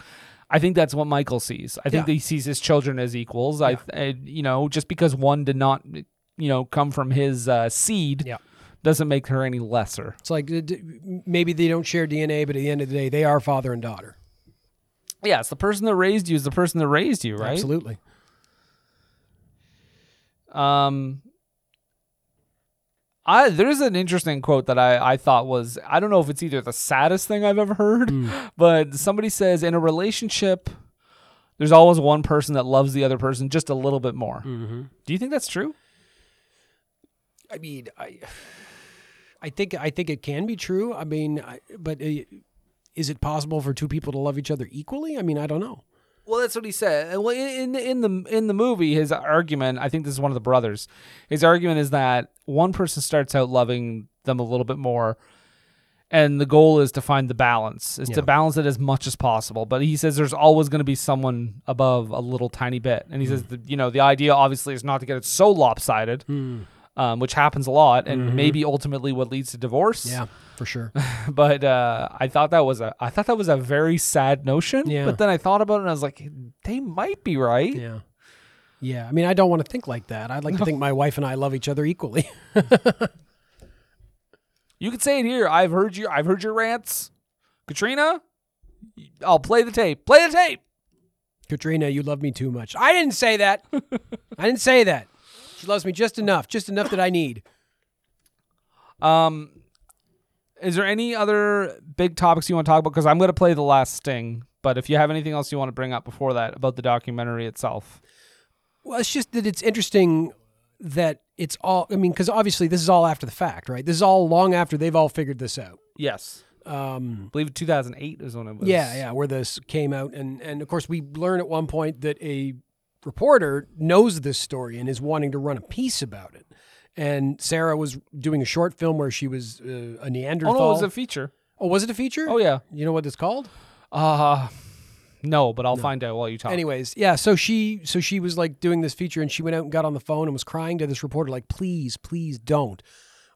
i think that's what michael sees i think Yeah. that he sees his children as equals I, I you know just because one did not you know come from his uh, seed Yeah. doesn't make her any lesser It's like uh, d- maybe they don't share DNA, but at the end of the day, they are father and daughter. yeah it's the person that raised you is the person that raised you right Absolutely. Um, I there's an interesting quote that I I thought was I don't know if it's either the saddest thing I've ever heard, but somebody says in a relationship, there's always one person that loves the other person just a little bit more. Do you think that's true? I mean, I, I think I think it can be true. I mean, I, but uh, is it possible for two people to love each other equally? I mean, I don't know. Well, that's what he said. And, Well, in in the in the movie, his argument, I think this is one of the brothers. His argument is that one person starts out loving them a little bit more, and the goal is to find the balance, is to balance it as much as possible. But he says there's always going to be someone above a little tiny bit, and he says the, you know the idea obviously is not to get it so lopsided. Um, which happens a lot, and maybe ultimately what leads to divorce. Yeah, for sure. But uh, I thought that was a I thought that was a very sad notion. Yeah. But then I thought about it, and I was like, they might be right. yeah, yeah. I mean, I don't want to think like that. I'd like to think my wife and I love each other equally. You can say it here. I've heard your I've heard your rants, Katrina. I'll play the tape. Play the tape. Katrina, you love me too much. I didn't say that. I didn't say that. She loves me just enough, just enough that I need. Um, is there any other big topics you want to talk about? Because I'm going to play the last sting. But if you have anything else you want to bring up before that about the documentary itself, Well, it's just that it's interesting that it's all. I mean, because obviously this is all after the fact, right? This is all long after they've all figured this out. yes, Um, I believe 2008 is when it was. Yeah, yeah, where this came out, and and of course we learn at one point that a reporter knows this story and is wanting to run a piece about it. And Sarah was doing a short film where she was uh, a Oh Neanderthal. no, it was a feature. oh, was it a feature? Oh yeah. You know what it's called? Uh no, but I'll find out while you talk. Anyways, yeah. So she so she was like doing this feature, and she went out and got on the phone and was crying to this reporter, like, please, please don't.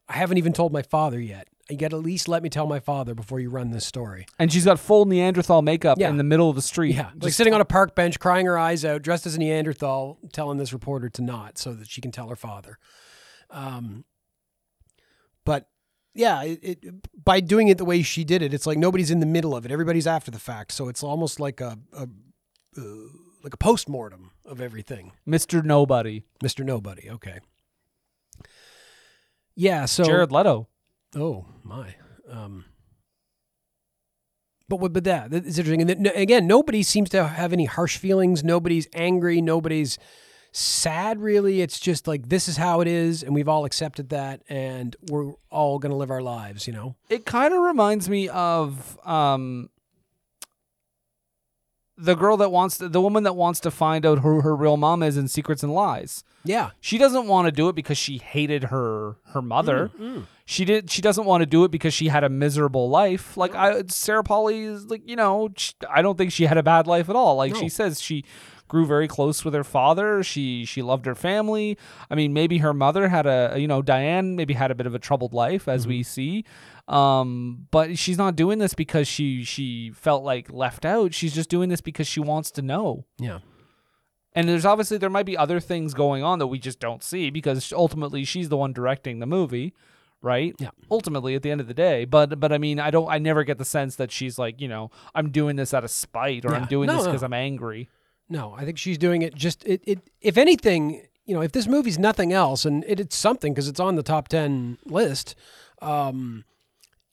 I haven't even told my father yet. You got to at least let me tell my father before you run this story. And she's got full Neanderthal makeup Yeah. in the middle of the street. Yeah, like sitting on a park bench, crying her eyes out, dressed as a Neanderthal, telling this reporter to not, so that she can tell her father. Um, but yeah, it, it, by doing it the way she did it, it's like nobody's in the middle of it; everybody's after the fact. So it's almost like a, a uh, like a post mortem of everything, Mr. Nobody. Mister Nobody. Okay. Yeah. So Jared Leto. Oh my. Um, but what- but that it's interesting. And then, no- again, nobody seems to have any harsh feelings. Nobody's angry. Nobody's sad. Really, it's just like this is how it is, and we've all accepted that, and we're all gonna live our lives. You know. It kind of reminds me of um the girl that wants to, the woman that wants to find out who her real mom is in Secrets and Lies. Yeah. She doesn't want to do it because she hated her her mother. She did. She doesn't want to do it because she had a miserable life. Like I, Sarah Polly is like you know. sh I don't think she had a bad life at all. Like she says, she grew very close with her father. She she loved her family. I mean, maybe her mother had a you know Diane maybe had a bit of a troubled life as we see. Um, but she's not doing this because she she felt like left out. She's just doing this because she wants to know. Yeah. And there's obviously there might be other things going on that we just don't see because ultimately she's the one directing the movie, right? Yeah. Ultimately at the end of the day, but but I mean I don't I never get the sense that she's like you know I'm doing this out of spite or Yeah. I'm doing No, this no. because I'm angry. No, I think she's doing it just it, it if anything, you know, if this movie's nothing else and it, it's something because it's on the top 10 list, um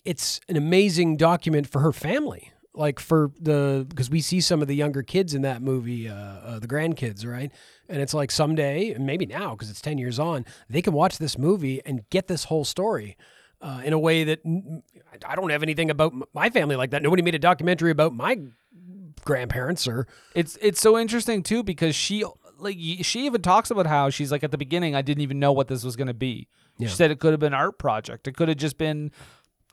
it's an amazing document for her family. Like for the because we see some of the younger kids in that movie, uh, uh the grandkids, right? And it's like someday, and maybe now because it's 10 years on, they can watch this movie and get this whole story. Uh, in a way that mm, I don't have anything about m- my family like that. Nobody made a documentary about my grandparents or It's it's so interesting too because she like y- she even talks about how she's like at the beginning I didn't even know what this was going to be. She said it could have been an art project. It could have just been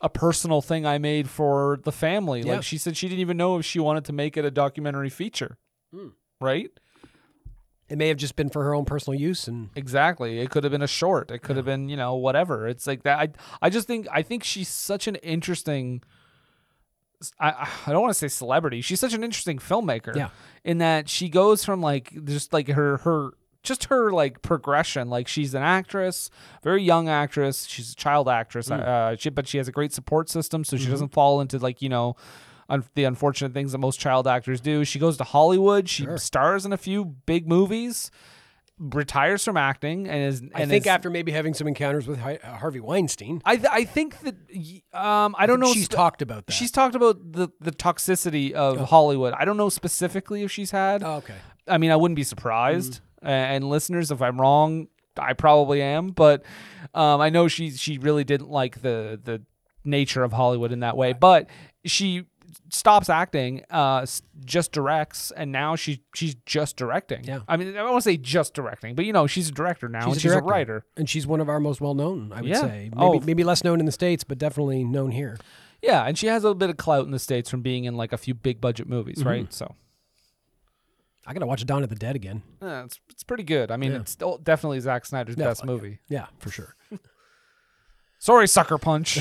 a personal thing I made for the family. Yeah. Like she said she didn't even know if she wanted to make it a documentary feature. Right? It may have just been for her own personal use, and Exactly. It could have been a short. It could have been, you know, whatever. It's like that. I I just think I think she's such an interesting. I I don't want to say celebrity. She's such an interesting filmmaker. Yeah. In that she goes from like just like her her just her like progression. Like she's an actress, very young actress. She's a child actress. Uh, she, but she has a great support system, so she doesn't fall into like you know. Un- the unfortunate things that most child actors do. She goes to Hollywood. She stars in a few big movies retires from acting and is. I and think is- after maybe having some encounters with Hi- uh, Harvey Weinstein, I th- I think that y- um I don't know. she's spe- talked about that. She's talked about the the toxicity of Hollywood. I don't know specifically if she's had. Oh, okay. I mean, I wouldn't be Mm. surprised. A- And listeners, if I'm wrong, I probably am. But um, I know she she really didn't like the the nature of Hollywood in that way. But she stops acting, uh, s- just directs, and now she she's just directing. Yeah. I mean, I don't want to say just directing, but you know, she's a director now. and she's director, a writer. and she's one of our most well known. I would Yeah. say, maybe, Oh. maybe less known in the states, but definitely known here. Yeah, and she has a little bit of clout in the states from being in like a few big budget movies, Mm-hmm. right? So I gotta watch Dawn of the Dead again. yeah, it's it's pretty good. I mean, it's still definitely Zack Snyder's best movie. Yeah, for sure. Sorry, sucker punch.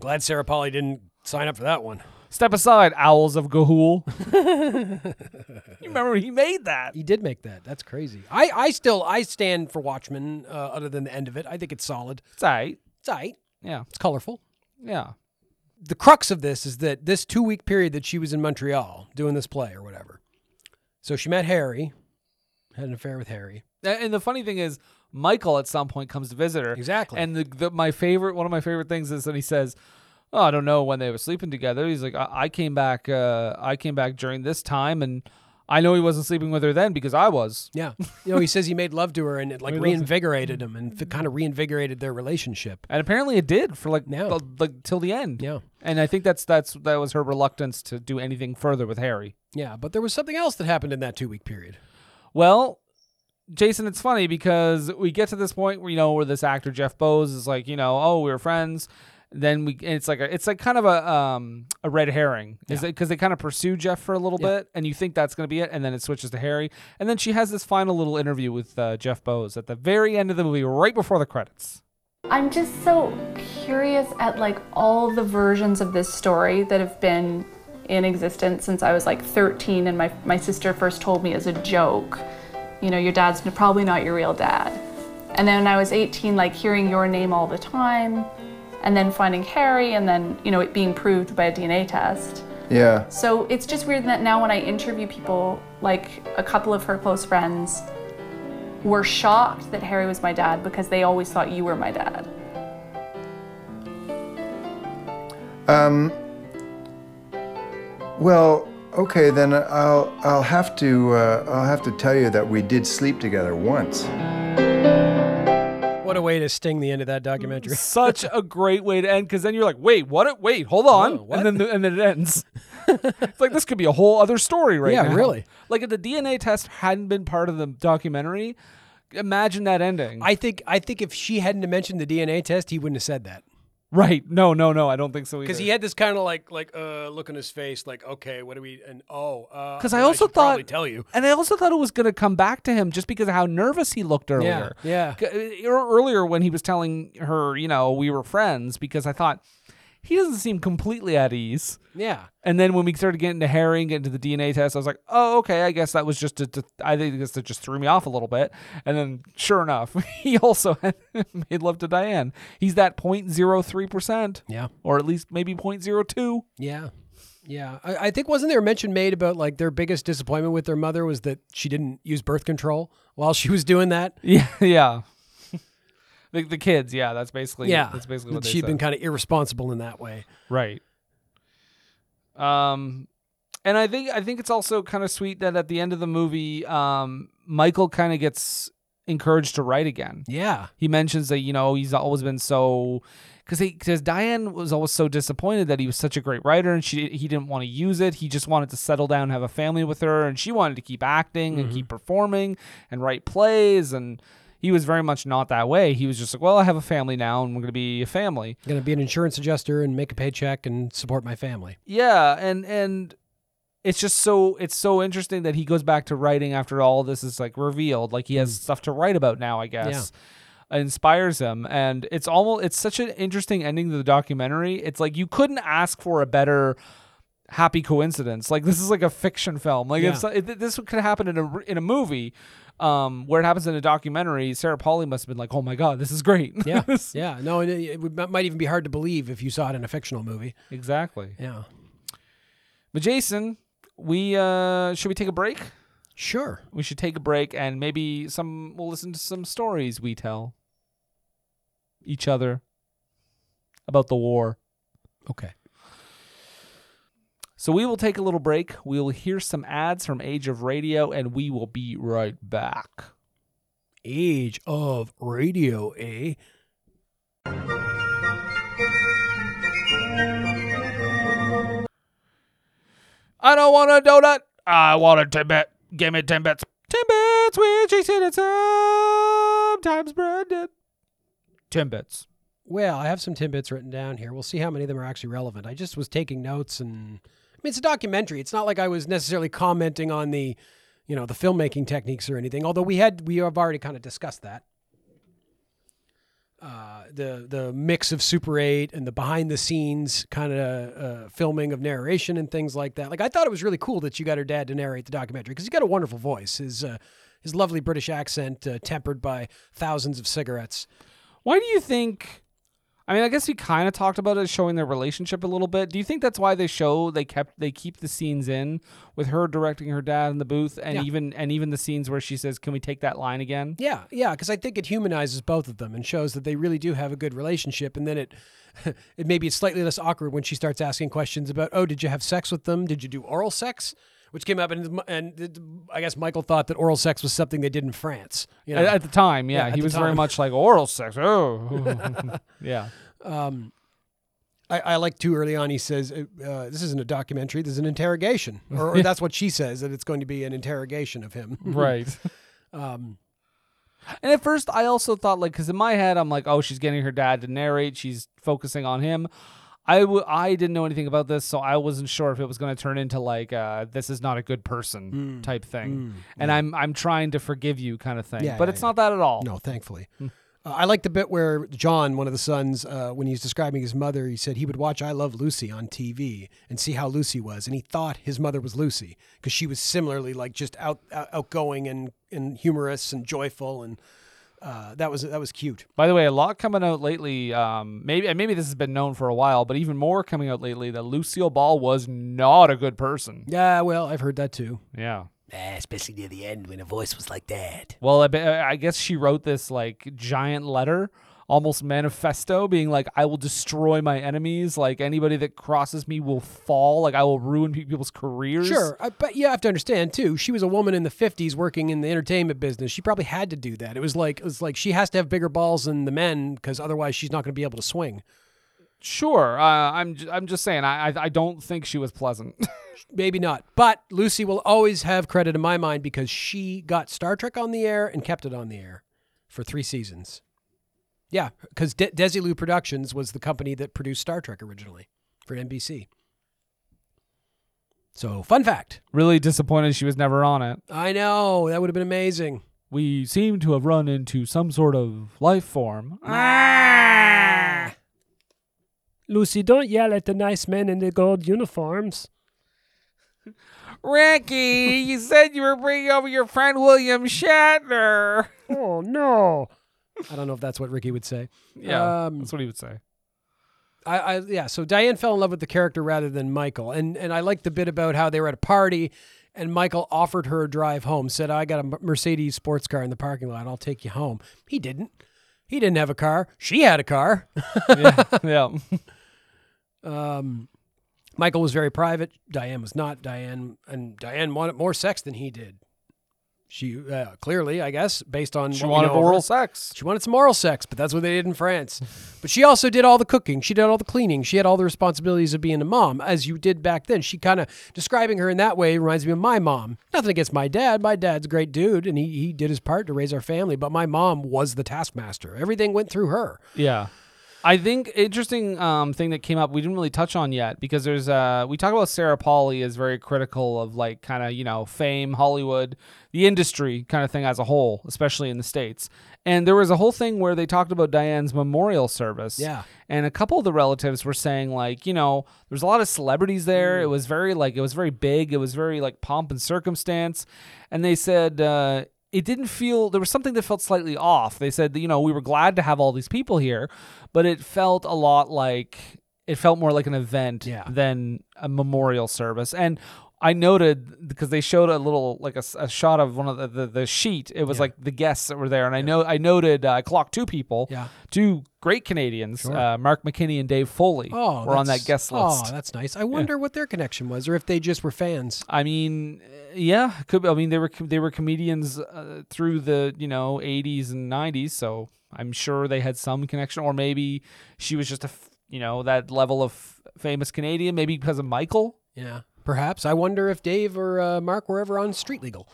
Glad Sarah Polly didn't sign up for that one. Step aside, owls of Gahul. you remember he made that? He did make that. That's crazy. I, I still I stand for Watchmen. Uh, other than the end of it, I think it's solid. It's all right. It's all right. Yeah, It's colorful. yeah. the crux of this is that this two week period that she was in Montreal doing this play or whatever. So she met Harry, had an affair with Harry. A- And the funny thing is, Michael at some point comes to visit her. Exactly. And the, the my favorite one of my favorite things is that he says, "Oh, I don't know when they were sleeping together." He's like, "I, I came back. Uh, I came back during this time, and I know he wasn't sleeping with her then because I was." Yeah. You know, he says he made love to her and it like reinvigorated him and kind of reinvigorated their relationship. And apparently it did for like Yeah. the- like till the end. Yeah. And I think that's that's that was her reluctance to do anything further with Harry. Yeah. But there was something else that happened in that two week period. Well, Jason, it's funny because we get to this point where you know where this actor Jeff Bowes is like, you know, oh, we were friends. Then we, and it's like a, it's like kind of a um a red herring, is it? Because they kind of pursue Jeff for a little bit, and you think that's going to be it, and then it switches to Harry, and then she has this final little interview with uh, Jeff Bowes at the very end of the movie, right before the credits. I'm just so curious at like all the versions of this story that have been in existence since I was like 13 and my, my sister first told me as a joke, you know, your dad's n- probably not your real dad. And then when I was 18, like hearing your name all the time and then finding Harry and then, you know, it being proved by a DNA test. Yeah. So it's just weird that now when I interview people, like a couple of her close friends were shocked that Harry was my dad because they always thought you were my dad. Um, well, okay, then I'll I'll have to uh, I'll have to tell you that we did sleep together once. What a way to sting the end of that documentary. Such a great way to end, because then you're like, wait, what? Wait, hold on, Whoa, what? and then the, and then it ends. it's like this could be a whole other story right Yeah, now. really. Like if the DNA test hadn't been part of the documentary, imagine that ending. I think I think if she hadn't have mentioned the DNA test, he wouldn't have said that right. No, no, no. I don't think so either. because he had this kind of like like uh, look on his face, like okay, what do we and oh uh, Because and I also should thought, probably tell you and I also thought it was going to come back to him just because of how nervous he looked earlier. yeah. C- e- Earlier when he was telling her, you know, we were friends, because I thought he doesn't seem completely at ease. yeah And then when we started getting to Harry and getting to the DNA test, I was like, oh, okay, I guess that was just, a, d- I think I guess that just threw me off a little bit. And then sure enough, he also had made love to Diane. He's that 0.03%. Yeah. Or at least maybe 0.02. yeah yeah. I, I think wasn't there a mention made about like their biggest disappointment with their mother was that she didn't use birth control while she was doing that. Yeah, yeah. the, the kids, yeah, that's basically yeah, that's basically what they she'd said. been kind of irresponsible in that way. right. Um and I think I think it's also kind of sweet that at the end of the movie um Michael kind of gets encouraged to write again. Yeah, He mentions that you know he's always been so cuz he cuz Diane was always so disappointed that he was such a great writer and she he didn't want to use it. He just wanted to settle down, have a family with her and she wanted to keep acting and keep performing and write plays and he was very much not that way. He was just like, "Well, I have a family now and we're going to be a family." gonna be an insurance adjuster and make a paycheck and support my family. yeah and and it's just so it's so interesting that he goes back to writing after all this is like revealed like he has Mm. stuff to write about now i guess It inspires him and it's almost it's such an interesting ending to the documentary it's like you couldn't ask for a better happy coincidence like this is like a fiction film like Yeah. if, so, if this could happen in a in a movie um where it happens in a documentary sarah Pauli must have been like oh my god this is great Yeah, yeah. No, and it, it would, might even be hard to believe if you saw it in a fictional movie. exactly Yeah, but jason we uh should we take a break sure. we should take a break and maybe some we'll listen to some stories we tell each other about the war. Okay. So we will take a little break. We will hear some ads from Age of Radio and we will be right back. Age of Radio, eh? I don't want a donut. I want a Timbit. Give me Timbits. Timbits with Jason and sometimes Brendan. Timbits. Well, I have some tidbits written down here. We'll see how many of them are actually relevant. I just was taking notes, and I mean, it's a documentary. It's not like I was necessarily commenting on the, you know, the filmmaking techniques or anything. Although we had, we have already kind of discussed that. Uh, the the mix of Super Eight and the behind the scenes kind of uh, filming of narration and things like that. Like I thought it was really cool that you got her dad to narrate the documentary because he's got a wonderful voice. His uh, his lovely British accent uh, tempered by thousands of cigarettes. Why do you think? I mean, I guess we kind of talked about it showing their relationship a little bit. Do you think that's why they show they kept they keep the scenes in with her directing her dad in the booth and Yeah. even and even the scenes where she says, "Can we take that line again?" Yeah, yeah, because I think it humanizes both of them and shows that they really do have a good relationship. And then it, it maybe it's slightly less awkward when she starts asking questions about, oh, did you have sex with them? Did you do oral sex? Which came up, and and it- I guess Michael thought that oral sex was something they did in France. You know? At, at the time, yeah, Yeah, at he the was very time. much like oral sex. Oh, yeah, I, I like too early on. He says, uh, uh, "This isn't a documentary. This is an interrogation," or, or that's what she says that it's going to be an interrogation of him. right. Um, And at first, I also thought like, because in my head, I'm like, oh, she's getting her dad to narrate. She's focusing on him. I w- I didn't know anything about this, so I wasn't sure if it was going to turn into like uh, this is not a good Hmm. person type thing, and I'm I'm trying to forgive you kind of thing. Yeah, but yeah, it's not that at all. No, thankfully. Uh, I like the bit where John, one of the sons, uh, when he's describing his mother, he said he would watch I Love Lucy on TV and see how Lucy was, and he thought his mother was Lucy because she was similarly like just out, out outgoing and and humorous and joyful, and uh, that was that was cute. By the way, a lot coming out lately. Um, maybe and maybe this has been known for a while, but even more coming out lately that Lucille Ball was not a good person. Yeah, well, I've heard that too. Yeah. especially near the end when her voice was like that. Well, I, be- I guess she wrote this like giant letter, almost manifesto, being like, "I will destroy my enemies. Like anybody that crosses me will fall. Like I will ruin pe- people's careers." Sure, I, but you have to understand too. She was a woman in the '50s working in the entertainment business. She probably had to do that. It was like it was like she has to have bigger balls than the men because otherwise she's not going to be able to swing. Sure, uh, I'm j- I'm just saying I I, I don't think she was pleasant. Maybe not. But Lucy will always have credit in my mind because she got Star Trek on the air and kept it on the air for three seasons. Yeah, because De- Desilu Productions was the company that produced Star Trek originally for NBC. So, fun fact. really disappointed she was never on it. I know that would have been amazing. We seem to have run into some sort of life form. Ah, Lucy, don't yell at the nice men in the gold uniforms. Ricky, you said you were bringing over your friend William Shatner. Oh no. I don't know if that's what Ricky would say. Yeah, Um, that's what he would say. I, I yeah. So Diane fell in love with the character rather than Michael, and and I like the bit about how they were at a party, and Michael offered her a drive home. Said, "I got a M- Mercedes sports car in the parking lot. I'll take you home." He didn't. He didn't have a car. She had a car. yeah, yeah. Um, Michael was very private. Diane was not. Diane and Diane wanted more sex than he did. She uh, clearly, I guess, based on She what we wanted know of her. oral sex. She wanted some oral sex, but that's what they did in France. But she also did all the cooking. She did all the cleaning. She had all the responsibilities of being a mom, as you did back then. She kind of describing her in that way reminds me of my mom. Nothing against my dad. My dad's a great dude, and he, he did his part to raise our family. But my mom was the taskmaster. Everything went through her. Yeah. I think interesting um, thing that came up we didn't really touch on yet because there's uh we talk about Sarah Pauly is very critical of like kind of you know fame Hollywood the industry kind of thing as a whole especially in the states and there was a whole thing where they talked about Diane's memorial service Yeah. and a couple of the relatives were saying like you know there's a lot of celebrities there it was very like it was very big it was very like pomp and circumstance and they said uh, it didn't feel there was something that felt slightly off they said that, you know we were glad to have all these people here but it felt a lot like it felt more like an event Yeah. than a memorial service and I noted because they showed a little like a, s- a shot of one of the, the, the sheet. It was like the guests that were there, and I know I noted uh, I clocked two people, Yeah. two great Canadians, uh, Mark McKinney and Dave Foley, Oh, were on that that's- guest Oh, list. that's nice. I wonder what their connection was, or if they just were fans. I mean, uh, yeah, could be- I mean they were com- they were comedians uh, through the you know 80s and 90s, so I'm sure they had some connection, or maybe she was just a f- you know that level of f- famous Canadian, maybe because of Michael. Yeah, perhaps. I wonder if Dave or uh, Mark were ever on Street Legal.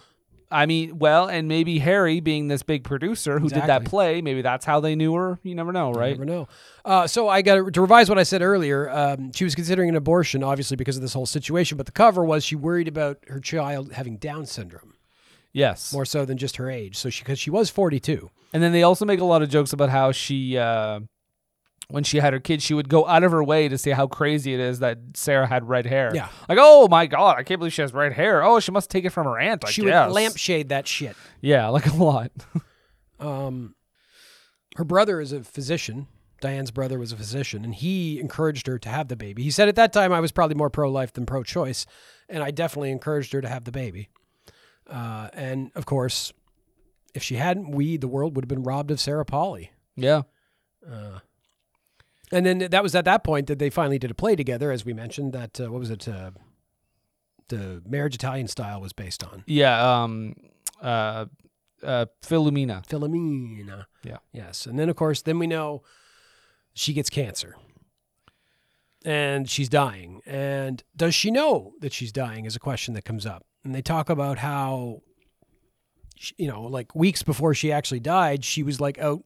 I mean, well, and maybe Harry being this big producer who did that Exactly. play, maybe that's how they knew her. You never know, right? Never know. Uh, so I got to revise what I said earlier. Um, she was considering an abortion, obviously, because of this whole situation. But the cover was she worried about her child having Down syndrome Yes. more so than just her age. So she because she was forty two. And then they also make a lot of jokes about how she, uh, when she had her kid, she would go out of her way to say how crazy it is that Sarah had red hair. Yeah. Like, oh my God, I can't believe she has red hair. Oh, she must take it from her aunt. I She guess. would lampshade that shit. Yeah, like a lot. Um, her brother is a physician. Diane's brother was a physician, and he encouraged her to have the baby. He said at that time I was probably more pro life than pro choice, and I definitely encouraged her to have the baby. Uh, and of course, if she hadn't, we, the world, would have been robbed of Sarah Pauli. yeah. And then that was at that point that they finally did a play together, as we mentioned. That uh, what was it? Uh, the marriage Italian style was based on Yeah. Um, uh, uh, Philomena. Philomena. Yeah. Yes, and then of course, then we know she gets cancer, and she's dying. And does she know that she's dying? Is a question that comes up. And they talk about how, sh you know, like weeks before she actually died, she was like out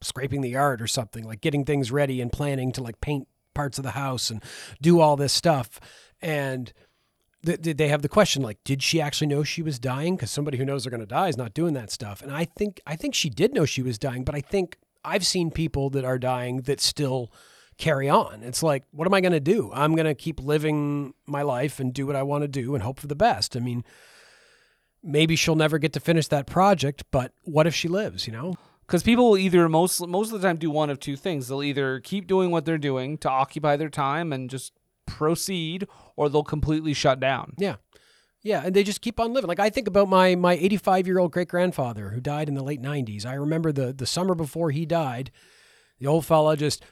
scraping the yard or something, like getting things ready and planning to like paint parts of the house and do all this stuff. And th- th- they have the question like, did she actually know she was dying? Because somebody who knows they're going to die is not doing that stuff. And I think I think she did know she was dying, but I think I've seen people that are dying that still carry on. It's like, what am I going to do? I'm going to keep living my life and do what I want to do and hope for the best. I mean. Maybe she'll never get to finish that project, but what if she lives, you know? because people will either most most of the time do one of two things they'll either keep doing what they're doing to occupy their time and just proceed or they'll completely shut down Yeah. Yeah, and they just keep on living. Like I think about my my 85-year-old great-grandfather who died in the late 90s. I remember the the summer before he died, the old fella just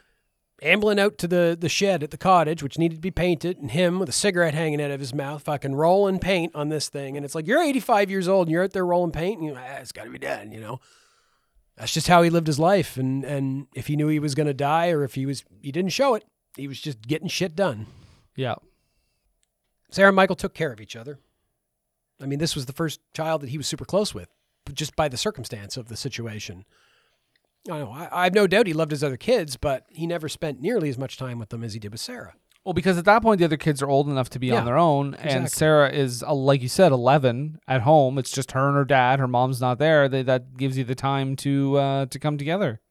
ambling out to the the shed at the cottage which needed to be painted and him with a cigarette hanging out of his mouth fucking rolling paint on this thing and it's like you're 85 years old and you're out there rolling paint and you're like, ah, it's got to be done, you know. That's just how he lived his life, and and if he knew he was going to die or if he was, he didn't show it. He was just getting shit done. Yeah. Sarah and Michael took care of each other. I mean, this was the first child that he was super close with, but just by the circumstance of the situation. I know. I, I have no doubt he loved his other kids, but he never spent nearly as much time with them as he did with Sarah. Well, because at that point the other kids are old enough to be Yeah, on their own, exactly. and Sarah is, uh, like you said, eleven at home. It's just her and her dad. Her mom's not there. They, that gives you the time to uh, to come together.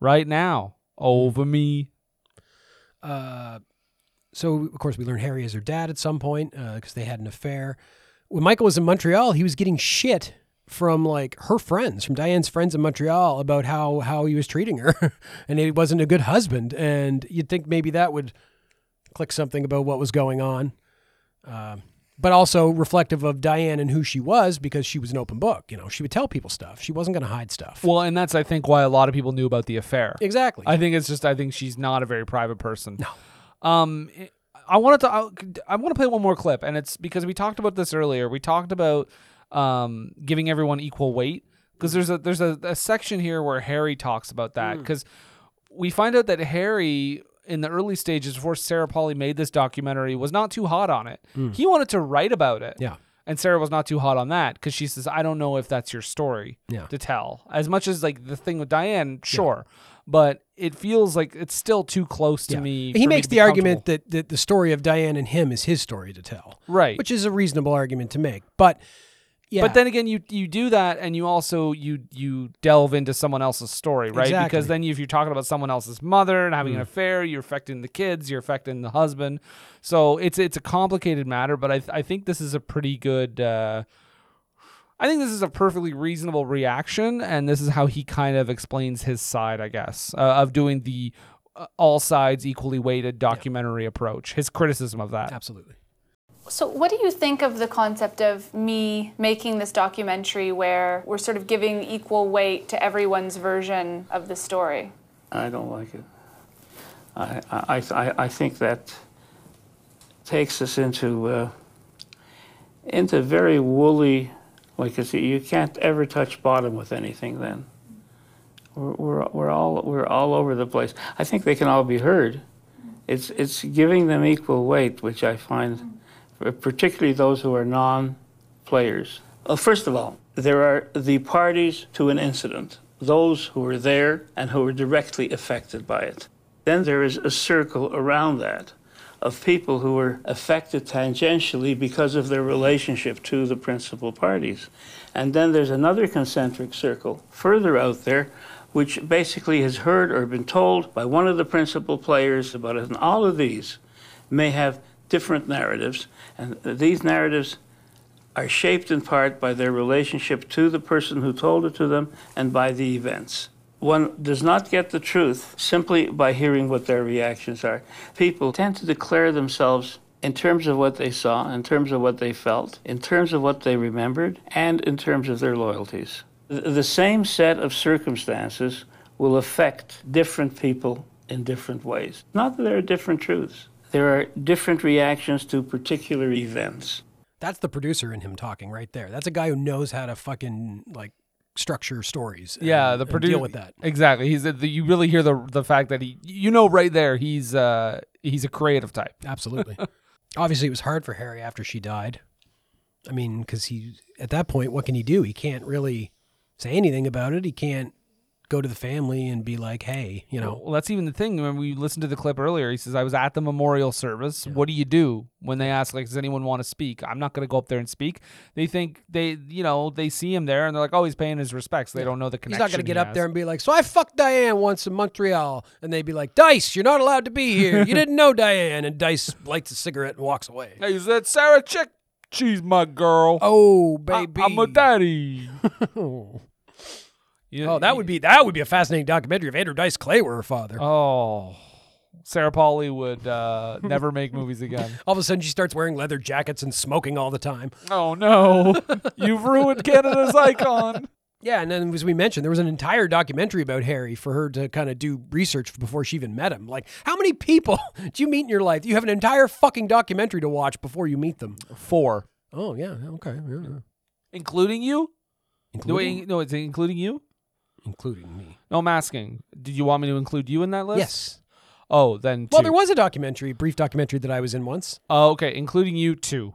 Right now, over me. Uh, so of course we learn Harry is her dad at some point because they had an affair. When Michael was in Montreal, he was getting shit from like her friends, from Diane's friends in Montreal about how how he was treating her, and he wasn't a good husband. And you'd think maybe that would click something about what was going on, Um but also reflective of Diane and who she was because she was an open book. You know, she would tell people stuff. She wasn't going to hide stuff. Well, and that's I think why a lot of people knew about the affair. Exactly. I think it's just I think she's not a very private person. No. Um, I- I wanted to I, I want to play one more clip, and it's because we talked about this earlier. We talked about um giving everyone equal weight because there's a there's a, a section here where Harry talks about that Mm. because we find out that Harry in the early stages before Sarah Polly made this documentary was not too hot on it. He wanted to write about it. Mm. Yeah. And Sarah was not too hot on that because she says, I don't know if that's your story Yeah. to tell. As much as like the thing with Diane, sure. But it feels like it's still too close to Yeah. me. for He me makes to be the argument comfortable. that, that the story of Diane and him is his story to tell. Right. Which is a reasonable argument to make. But yeah. But then again, you you do that and you also you you delve into someone else's story, right? Because Exactly. Mm. then if you're talking about someone else's mother and having an affair, you're affecting the kids, you're affecting the husband. So it's it's a complicated matter, but I I think this is a pretty good uh I think this is a perfectly reasonable reaction, and this is how he kind of explains his side, I guess, uh, of doing the uh, all sides equally weighted documentary approach. His criticism of that. absolutely. So, what do you think of the concept of me making this documentary where we're sort of giving equal weight to everyone's version of the story? I don't like it. I, I, I, I think that takes us into uh, into very woolly, like it's, you can't ever touch bottom with anything. Then we're, we're we're all we're all over the place. I think they can all be heard. It's it's giving them equal weight, which I find, particularly those who are non-players. Well, first of all, there are the parties to an incident, those who were there and who were directly affected by it. Then there is a circle around that of people who were affected tangentially because of their relationship to the principal parties. And then there's another concentric circle further out there, which basically has heard or been told by one of the principal players about it. And all of these may have different narratives, and these narratives are shaped in part by their relationship to the person who told it to them and by the events. One does not get the truth simply by hearing what their reactions are. People tend to declare themselves in terms of what they saw, in terms of what they felt, in terms of what they remembered, and in terms of their loyalties. Th- The same set of circumstances will affect different people in different ways. Not that there are different truths, there are different reactions to particular events. That's the producer in him talking right there. That's a guy who knows how to fucking like structure stories. and- yeah, the and producer deal with that. exactly. He's the, you really hear the the fact that he you know right there he's uh he's a creative type. Absolutely. Obviously, it was hard for Harry after she died. I mean, because he, at that point, what can he do? He can't really say anything about it. He can't go to the family and be like, hey, you know, well, that's even the thing when we listened to the clip earlier. He says, "I was at the memorial service. What do you do when they ask like, does anyone want to speak? I'm not going to go up there and speak. They think they you know they see him there and they're like, oh, he's paying his respects. They don't know the He's connection. not going to get he up there has. and be like, so I fucked Diane once in Montreal. And they'd be like, Dice, you're not allowed to be here. You didn't know Diane. And Dice lights a cigarette and walks away. Hey, is that Sarah Chick? She's my girl. Oh, I- baby. I'm a daddy. oh, You- that would be that would be a fascinating documentary if Andrew Dice Clay were her father. Oh, Sarah Pauli would uh, never make movies again. All of a sudden, she starts wearing leather jackets and smoking all the time. Oh no, you've ruined Canada's icon. Yeah, and then as we mentioned, there was an entire documentary about Harry for her to kind of do research before she even met him. Like, how many people do you meet in your life? You have an entire fucking documentary to watch before you meet them. Four, Oh yeah, okay, yeah, yeah. including you. No, Including- wait, no, it's including you. including me. No, I'm asking. Did you want me to include you in that list? Yes. Oh, then. Well, two. there was a documentary, brief documentary that I was in once. Oh, okay, including you two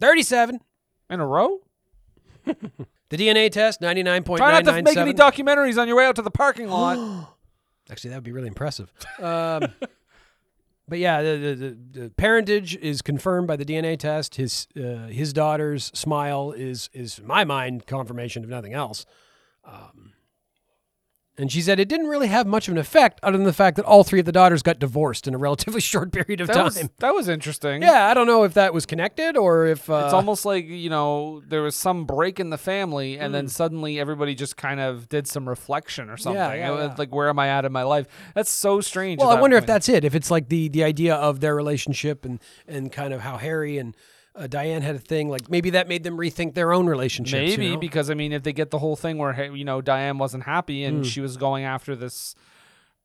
37. in a row. The DNA test, 99.997. Try not to make any documentaries on your way out to the parking lot. Actually, that would be really impressive. Um, but yeah, the, the, the, the parentage is confirmed by the DNA test. His uh, his daughter's smile is is in my mind confirmation of nothing else. Um, and she said it didn't really have much of an effect, other than the fact that all three of the daughters got divorced in a relatively short period of that time. was that was interesting. yeah, I don't know if that was connected or if uh, It's almost like, you know, there was some break in the family and then suddenly everybody just kind of did some reflection or something. Hmm. yeah, It was yeah. Like, where am I at in my life? That's so strange. Well, at I that wonder if point. that's it. If it's like the the idea of their relationship and and kind of how Harry and uh, Diane had a thing, like maybe that made them rethink their own relationship. Maybe because I mean, if they get the whole thing where hey, you know Diane wasn't happy Hmm. and she was going after this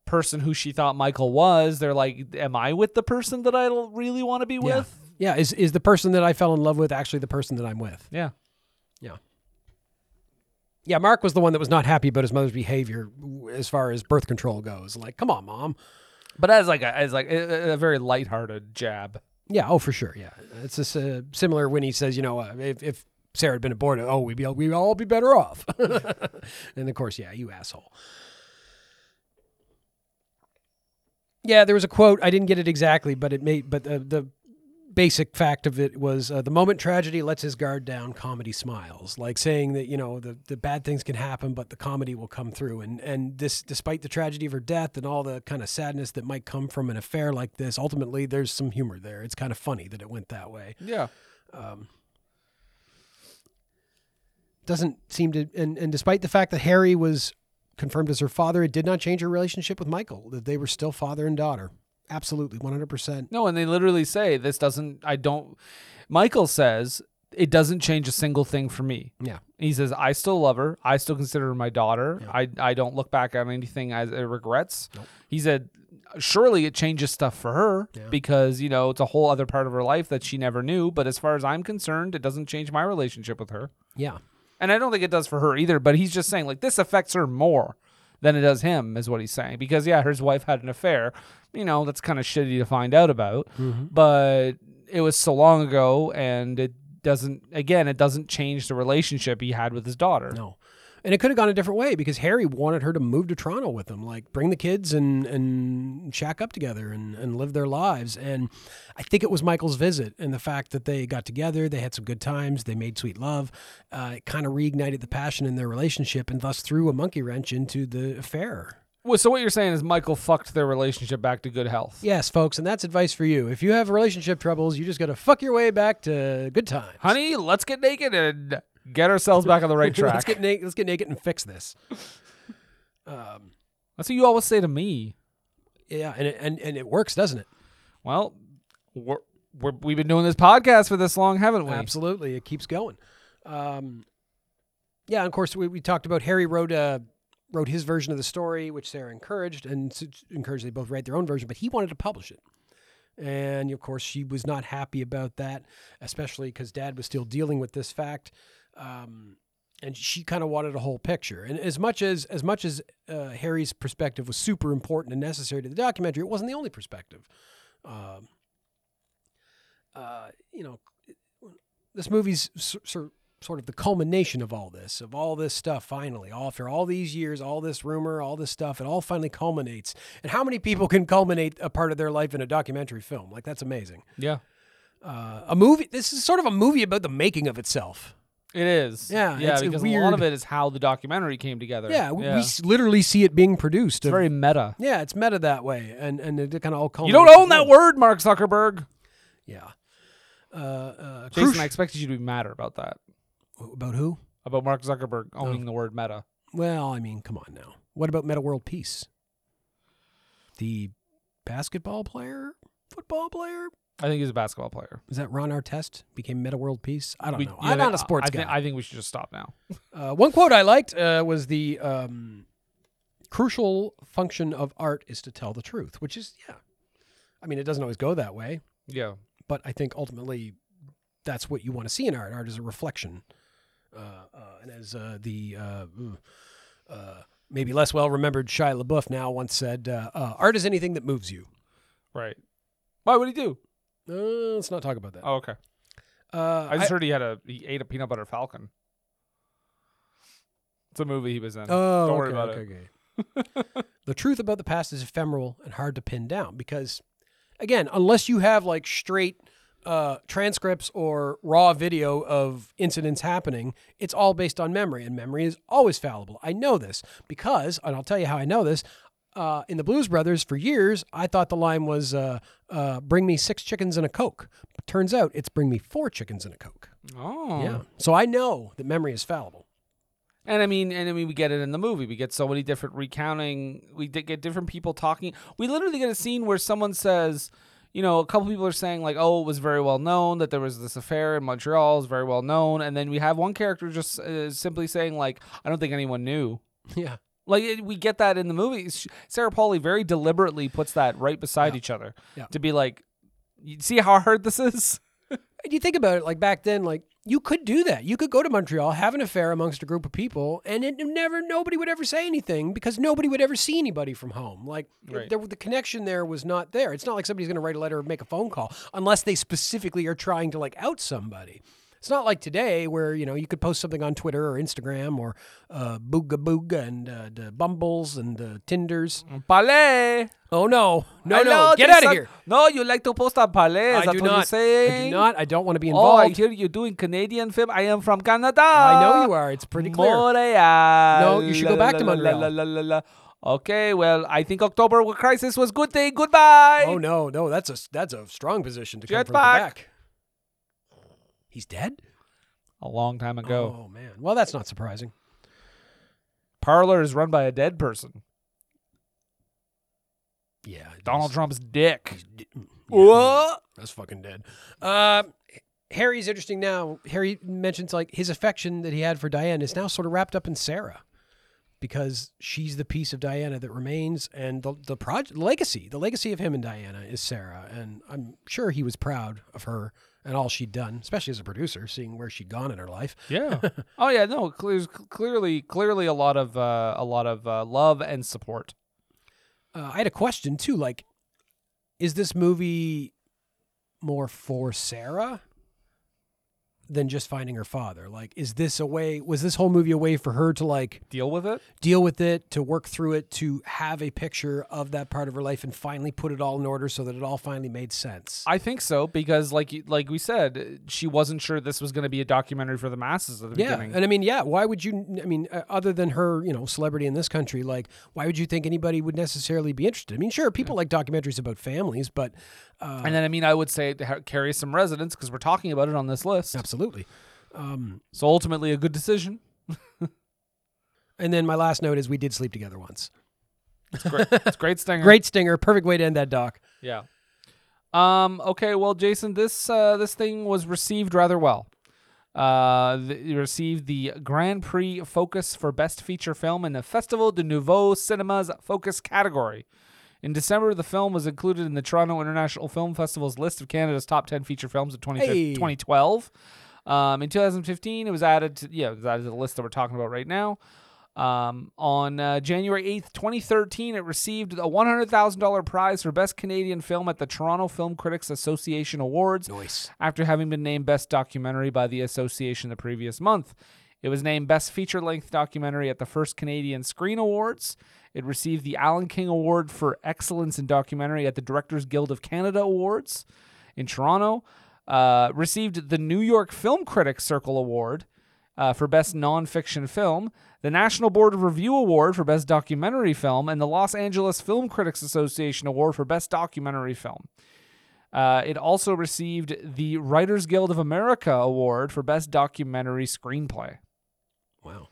person who she thought Michael was, they're like, "Am I with the person that I l- really want to be yeah. with?" yeah, is is the person that I fell in love with actually the person that I'm with? Yeah, Yeah. Yeah, Mark was the one that was not happy about his mother's behavior w- as far as birth control goes. Like, come on, mom. but as like a, as like a, a very lighthearted jab. Yeah, oh for sure. Yeah, it's just uh, similar when he says, you know, uh, if, if Sarah had been aborted, oh, we'd be all, we'd all be better off. and of course, yeah, you asshole. Yeah, there was a quote. I didn't get it exactly, but it made but the, the basic fact of it was uh, the moment tragedy lets his guard down, comedy smiles. Like saying that you know the the bad things can happen, but the comedy will come through. And and this, despite the tragedy of her death and all the kind of sadness that might come from an affair like this, ultimately there's some humor there. It's kind of funny that it went that way. Yeah, Doesn't seem to. And and despite the fact that Harry was confirmed as her father, it did not change her relationship with Michael. That they were still father and daughter. Absolutely, one hundred percent. no, and they literally say this doesn't. I don't. Michael says it doesn't change a single thing for me. Yeah. He says, "I still love her. I still consider her my daughter. I I don't look back on anything as uh, regrets." He said, "Surely it changes stuff for her because you know it's a whole other part of her life that she never knew. But as far as I'm concerned, it doesn't change my relationship with her, Yeah. and I don't think it does for her either. But he's just saying like this affects her more than it does him, is what he's saying. Because yeah, his wife had an affair. You know that's kind of shitty to find out about, Mm-hmm. but it was so long ago, and it." Doesn't again, it doesn't change the relationship he had with his daughter. No. And it could have gone a different way because Harry wanted her to move to Toronto with him, like bring the kids and and shack up together and, and live their lives. And I think it was Michael's visit and the fact that they got together, they had some good times, they made sweet love. Uh, it kind of reignited the passion in their relationship and thus threw a monkey wrench into the affair. Well, so what you're saying is Michael fucked their relationship back to good health. Yes, folks, and that's advice for you. If you have relationship troubles, you just got to fuck your way back to good times. Honey, let's get naked and get ourselves back on the right track. let's get naked. Let's get naked and fix this. That's what you always say to me. Yeah, and it, and and it works, doesn't it? Well, we're, we're, we've been doing this podcast for this long, haven't we? Absolutely, it keeps going. Um, yeah, and of course we, we talked about Harry wrote uh, wrote his version of the story, which Sarah encouraged and s- encouraged they both write their own version, but he wanted to publish it. And of course, she was not happy about that, especially because Dad was still dealing with this fact, um, and she kind of wanted a whole picture. And as much as as much as uh, Harry's perspective was super important and necessary to the documentary, it wasn't the only perspective. Um, uh, you know, this movie's s- sor- sort of the culmination of all this, of all this stuff. Finally, all after all these years, all this rumor, all this stuff, it all finally culminates. And how many people can culminate a part of their life in a documentary film? Like that's amazing. Yeah, Uh, a movie. This is sort of a movie about the making of itself. it is. Yeah, yeah, it's a because a lot of weird- it is how the documentary came together. Yeah, we, yeah. we s- literally see it being produced. it's of- very meta. yeah, it's meta that way, and and it kind of all You culminates. don't own that together. word, Mark Zuckerberg. Yeah. Uh, uh, Jason, I cruci- expected you to be madder about that, about who? about Mark Zuckerberg Oh. owning the word meta. Well, I mean, come on now. What about Meta World Peace? The basketball player, football player? I think he's a basketball player. Is that Ron Artest became Meta World Peace? I don't We- know. yeah, I'm that- not a sports I guy. Think, I think we should just stop now. Uh, one quote I liked uh, was the um, crucial function of art is to tell the truth, which is, yeah. I mean, it doesn't always go that way, Yeah. but I think ultimately that's what you want to see in art. Art is a reflection. Uh, uh, and as uh, the uh, mm, uh, maybe less well remembered Shia LaBeouf now once said, uh, uh, "Art is anything that moves you." Right. Why would he do? Uh, let's not talk about that. Oh, okay. Uh, I just heard he had a he ate a peanut butter falcon. It's a movie he was in. Oh, Don't worry okay, about okay, it. okay. the truth about the past is ephemeral and hard to pin down because, again, unless you have like straight uh, transcripts or raw video of incidents happening, it's all based on memory, and memory is always fallible. I know this because, and I'll tell you how I know this. Uh, in the Blues Brothers, for years, I thought the line was uh, uh, "Bring me six chickens and a coke." turns out it's "Bring me four chickens and a coke." Oh. Yeah, so I know that memory is fallible. And I mean, and I mean, we get it in the movie. We get so many different recounting. We di- get different people talking. We literally get a scene where someone says, you know, a couple people are saying like, "Oh, it was very well known that there was this affair in Montreal. It was very well known." And then we have one character just uh, simply saying like, "I don't think anyone knew." Yeah. Like it, we get that in the movie. Sh- Sarah Pauli very deliberately puts that right beside each other Yeah. to be like, "You see how hard this is." And you think about it, like back then, like you could do that. You could go to Montreal, have an affair amongst a group of people, and it never, nobody would ever say anything because nobody would ever see anybody from home. Like Right. there, the connection there was not there. It's not like somebody's going to write a letter or make a phone call unless they specifically are trying to like out somebody. It's not like today where you know you could post something on Twitter or Instagram or uh, Booga Booga and uh, the Bumbles and the Tinders. Palais. Oh no, no, Mm. I no, know get this out of on- here! No, you like to post on Palais. I That's do what not. you say. I do not. I don't want to be Oh, I involved. hear you doing Canadian film. I am from Canada. I Uh, know you are. It's pretty clear. Montreal. No, you should go back to La, la, la, Montreal. la, la, la, la. Okay, well, I think October Crisis was good thing. Goodbye. Oh no, no, that's a that's a strong position to come Jetpack. from the back. He's dead. A long time ago. Oh man, well that's not surprising. Parlor is run by a dead person. Yeah, it Donald is. Trump's dick. D- Whoa. That's fucking dead. Uh, Harry's interesting now. Harry mentions like his affection that he had for Diane is now sort of wrapped up in Sarah because she's the piece of Diana that remains and the the project legacy, the legacy of him and Diana is Sarah and I'm sure he was proud of her and all she'd done, especially as a producer seeing where she'd gone in her life. Yeah. oh yeah. No. cl- There's cl- clearly, clearly a lot of uh, a lot of uh, love and support. uh, I had a question too. Like, is this movie more for Sarah than just finding her father? Like, is this a way? Was this whole movie a way for her to like Deal with it. deal with it, to work through it, to have a picture of that part of her life, and finally put it all in order so that it all finally made sense? I think so because, like, you- like we said, she wasn't sure this was going to be a documentary for the masses at the yeah, beginning. and I mean, yeah. Why would you? I mean, uh, other than her, you know, celebrity in this country, like, why would you think anybody would necessarily be interested? I mean, sure, people like documentaries about families, but uh, And then, I mean, I would say it ha- carries some resonance because we're talking about it on this list. absolutely. Um, So ultimately, a good decision. And then my last note is we did sleep together once. It's great. it's great stinger. Great stinger, perfect way to end that doc. Yeah. Um. Okay. Well, Jason, this uh, this thing was received rather well. Uh, th- it received the Grand Prix Focus for Best Feature Film in the Festival de Nouveau Cinema's Focus category. In December, the film was included in the Toronto International Film Festival's list of Canada's top 10 feature films of 20, Hey. 2012. Um, in 2015, it was added to yeah, it was added to the list that we're talking about right now. Um, on uh, January 8th, 2013, it received a $100,000 prize for Best Canadian Film at the Toronto Film Critics Association Awards Nice. after having been named Best Documentary by the association the previous month. It was named Best Feature Length Documentary at the first Canadian Screen Awards. It received the Alan King Award for Excellence in Documentary at the Directors Guild of Canada Awards in Toronto. Uh, received the New York Film Critics Circle Award uh, for Best Nonfiction Film, the National Board of Review Award for Best Documentary Film, and the Los Angeles Film Critics Association Award for Best Documentary Film. Uh, it also received the Writers Guild of America Award for Best Documentary Screenplay. Wow.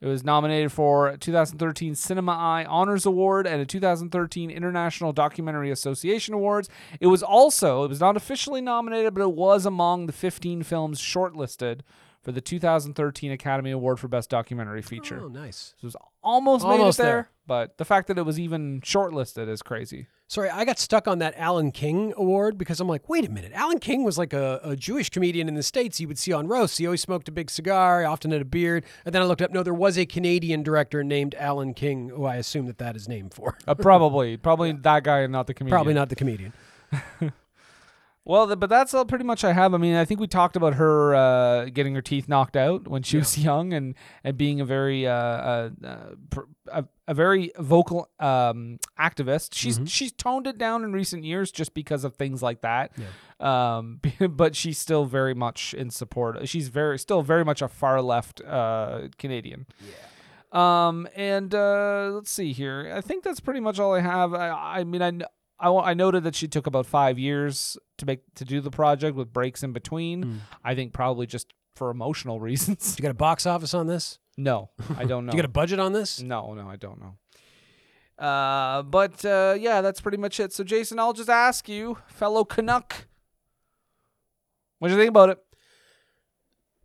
It was nominated for a 2013 Cinema Eye Honors Award and a 2013 International Documentary Association Awards. It was also, it was not officially nominated, but it was among the 15 films shortlisted for the 2013 Academy Award for Best Documentary Feature. Oh, nice. So it was Hmm. almost, made it Almost there, there. but the fact that it was even shortlisted is crazy. Sorry, I got stuck on that Alan King award because I'm like, wait a minute. Alan King was like a, a Jewish comedian in the States you would see on roasts. He always smoked a big cigar, he often had a beard. And then I looked up, no, there was a Canadian director named Alan King, who I assume that that is named for. Uh, probably, probably that guy and not the comedian. Probably not the comedian. Well, th- but that's all pretty much I have. I mean, I think we talked about her uh, getting her teeth knocked out when she was young, and and being a very uh, uh, uh, pr- a, a very vocal um, activist. She's she's toned it down in recent years just because of things like that. Um, but she's still very much in support. She's very still very much a far left uh, Canadian. Um, and uh, let's see here. I think that's pretty much all I have. I, I mean, I, kn- I, wa- I noted that she took about five years to make to do the project with breaks in between. I think probably just for emotional reasons. Do you got a box office on this? No, I don't know. Do you got a budget on this? No, no, I don't know. Uh, but uh, yeah, that's pretty much it. So, Jason, I'll just ask you, fellow Canuck, what do you think about it?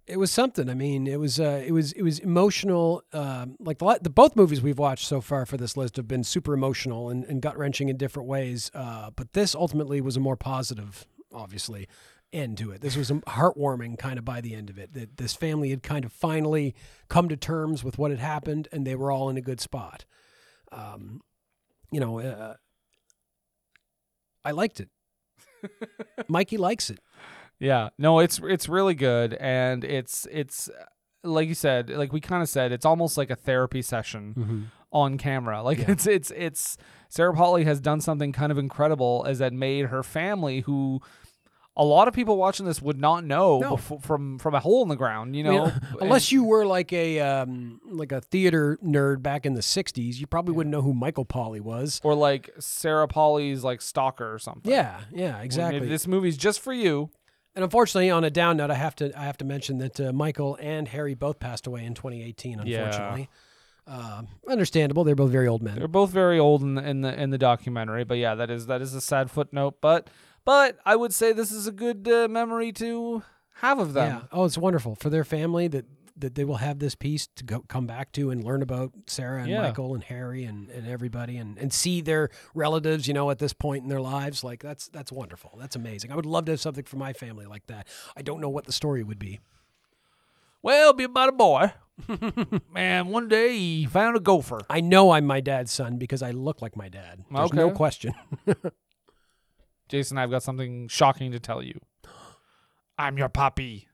it was something. I mean, it was uh, it was it was emotional. Um, like the, the both movies we've watched so far for this list have been super emotional and, and gut wrenching in different ways. Uh, but this ultimately was a more positive, obviously, end to it. This was a heartwarming kind of by the end of it. That this family had kind of finally come to terms with what had happened, and they were all in a good spot. Um, you know, uh, I liked it. Mikey likes it. Yeah, no, it's it's really good, and it's it's uh, like you said, like we kind of said, it's almost like a therapy session Mm-hmm. on camera. Like it's it's it's Sarah Polly has done something kind of incredible, as that made her family who. A lot of people watching this would not know No. befo- from from a hole in the ground, you I mean, know. unless you were like a um, like a theater nerd back in the '60s, you probably wouldn't know who Michael Polly was. or like Sarah Polly's like stalker or something. Yeah, yeah, exactly. This movie's just for you. and unfortunately, on a down note, I have to I have to mention that uh, Michael and Harry both passed away in 2018. Yeah. Unfortunately, um, understandable. They're both very old men. They're both very old in the, in the in the documentary, but yeah, that is that is a sad footnote. But but I would say this is a good uh, memory to have of them. Yeah. Oh, it's wonderful for their family that that they will have this piece to go come back to and learn about Sarah and Yeah. Michael and Harry and, and everybody and, and see their relatives, you know, at this point in their lives. Like that's that's wonderful. That's amazing. I would love to have something for my family like that. I don't know what the story would be. Well, be about a boy, man. One day he found a gopher. I know I'm my dad's son because I look like my dad. There's no Okay. question. Jason, I've got something shocking to tell you. I'm your puppy.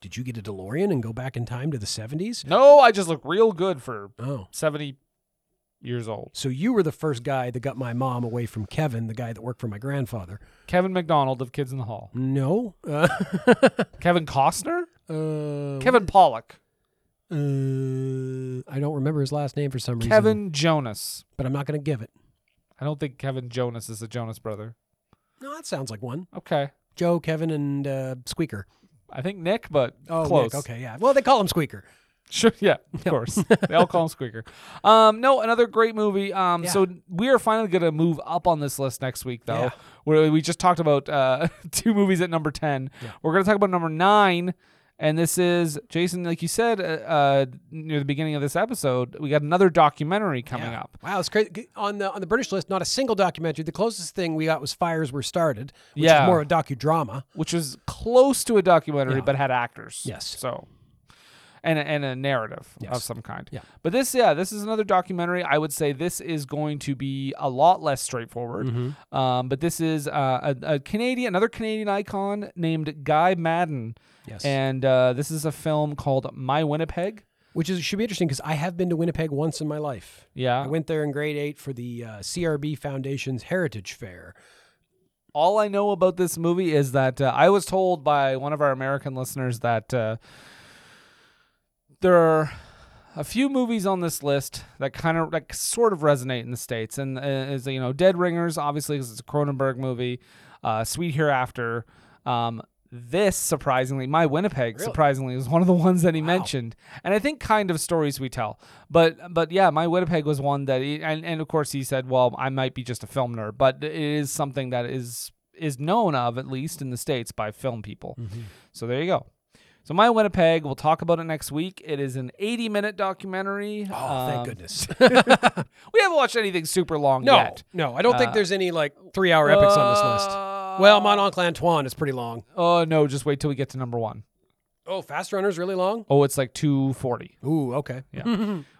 Did you get a DeLorean and go back in time to the 70s? No, I just look real good for Oh. seventy years old. So you were the first guy that got my mom away from Kevin, the guy that worked for my grandfather. Kevin McDonald of Kids in the Hall. No. Uh, Kevin Costner. uh, Kevin Pollock. Uh, I don't remember his last name for some reason. Kevin Jonas. but I'm not going to give it. I don't think Kevin Jonas is a Jonas brother. No, that sounds like one. Okay. Joe, Kevin, and uh, Squeaker. I think Nick, but Oh, close. Nick, okay, yeah. Well, they call him Squeaker. Sure. Yeah. Of course. they all call him Squeaker. Um, no, another great movie. Um, so we are finally gonna move up on this list next week, though. Yeah. Where we just talked about uh two movies at number ten. We're gonna talk about number nine. And this is Jason, like you said uh, uh, near the beginning of this episode, we got another documentary coming up. Wow, it's crazy. On the on the British list, not a single documentary. The closest thing we got was Fires Were Started, which Yeah. is more a docudrama. which was close to a documentary but had actors. Yes. So and a, and a narrative of Yes. some kind. Yeah. But this yeah, this is another documentary. I would say this is going to be a lot less straightforward. Mm-hmm. Um, but this is uh, a, a Canadian another Canadian icon named Guy Madden. Yes. And uh, this is a film called My Winnipeg. Which is should be interesting because I have been to Winnipeg once in my life. Yeah. I went there in grade eight for the uh, CRB Foundation's Heritage Fair. all I know about this movie is that uh, I was told by one of our American listeners that uh, there are a few movies on this list that kind of like sort of resonate in the states, and uh, is you know Dead Ringers, obviously because it's a Cronenberg movie, uh, Sweet Hereafter. Um, this surprisingly, my Winnipeg surprisingly was one of the ones that he mentioned, and I think kind of stories we tell. But but yeah, my Winnipeg was one that, he, and and of course he said, well, I might be just a film nerd, but it is something that is is known of at least in the states by film people. So there you go. So My Winnipeg, we'll talk about it next week. It is an 80 minute documentary. Oh, thank goodness. we haven't watched anything super long No, yet. no, I don't think Uh, there's any like three-hour epics on this list. Well, Mont Oncle Antoine is pretty long. Oh, no, just wait till we get to number one. Oh, Fast Runner's really long. Oh, it's like 240. Ooh, okay. Yeah.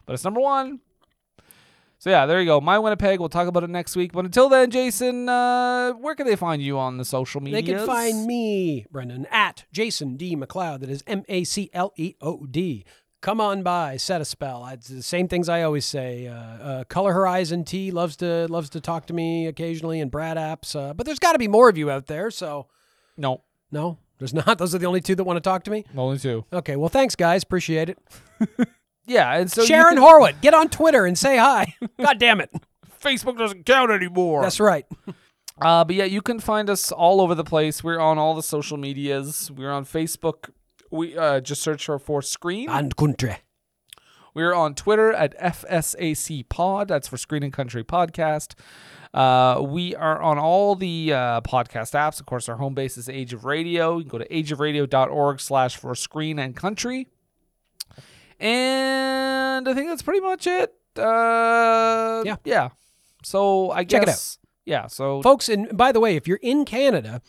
but it's number one. So yeah, there you go. My Winnipeg. We'll talk about it next week. But until then, Jason, uh, where can they find you on the social media? They can find me, Brendan, at Jason D. McLeod. That is M A C L E O D. Come on by, set a spell. It's the same things I always say. Uh, uh, Color Horizon T loves to loves to talk to me occasionally, and Brad Apps. Uh, but there's got to be more of you out there. So No, no, there's not. Those are the only two that want to talk to me. only two. Okay, well, thanks guys, appreciate it. Yeah, and so you Sharon can- Horwood, get on Twitter and say hi. God damn it, Facebook doesn't count anymore. that's right. Uh, but yeah, you can find us all over the place. We're on all the social medias. We're on Facebook. We uh, just search for for screen. And country. We're on Twitter at FSAC Pod. That's for Screen and Country Podcast. Uh, we are on all the uh, podcast apps. Of course, our home base is Age of Radio. You can go to ageofradio.org slash for screen and country. And I think that's pretty much it. Uh, Yeah. Yeah. So I guess. Check it out. Yeah. So folks and by the way if you're in canada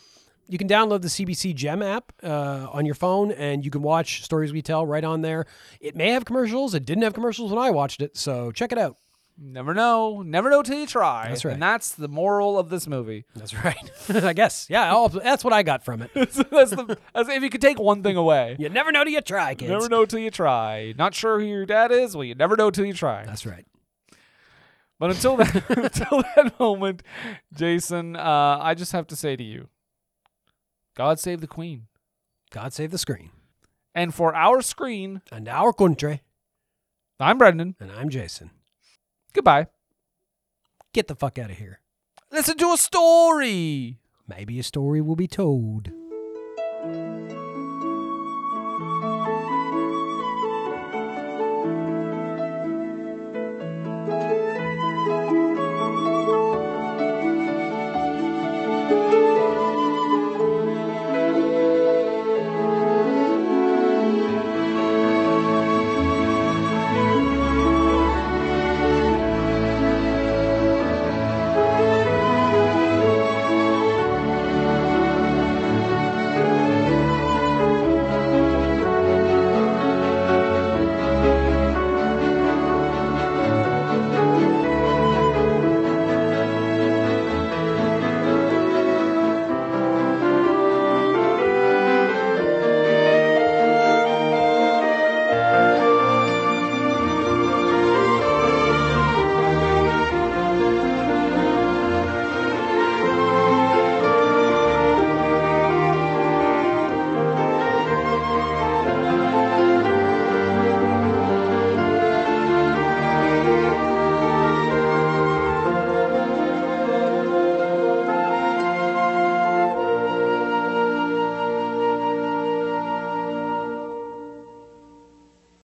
you can download the cbc gem app uh, on your phone and you can watch stories we tell right on there it may have commercials it didn't have commercials when i watched it so check it out never know. Never know till you try. That's right. And that's the moral of this movie. that's right i guess yeah I'll, that's what i got from it that's the, that's, if you could take one thing away. you never know till you try kids Never know till you try. Not sure who your dad is? Well, you never know till you try. that's right But until then, until that moment, Jason, uh, I just have to say to you, God save the Queen, god save the screen and for our screen, and our country I'm Brendan. and i'm jason Goodbye. get the fuck out of here Listen to a story. maybe a story will be told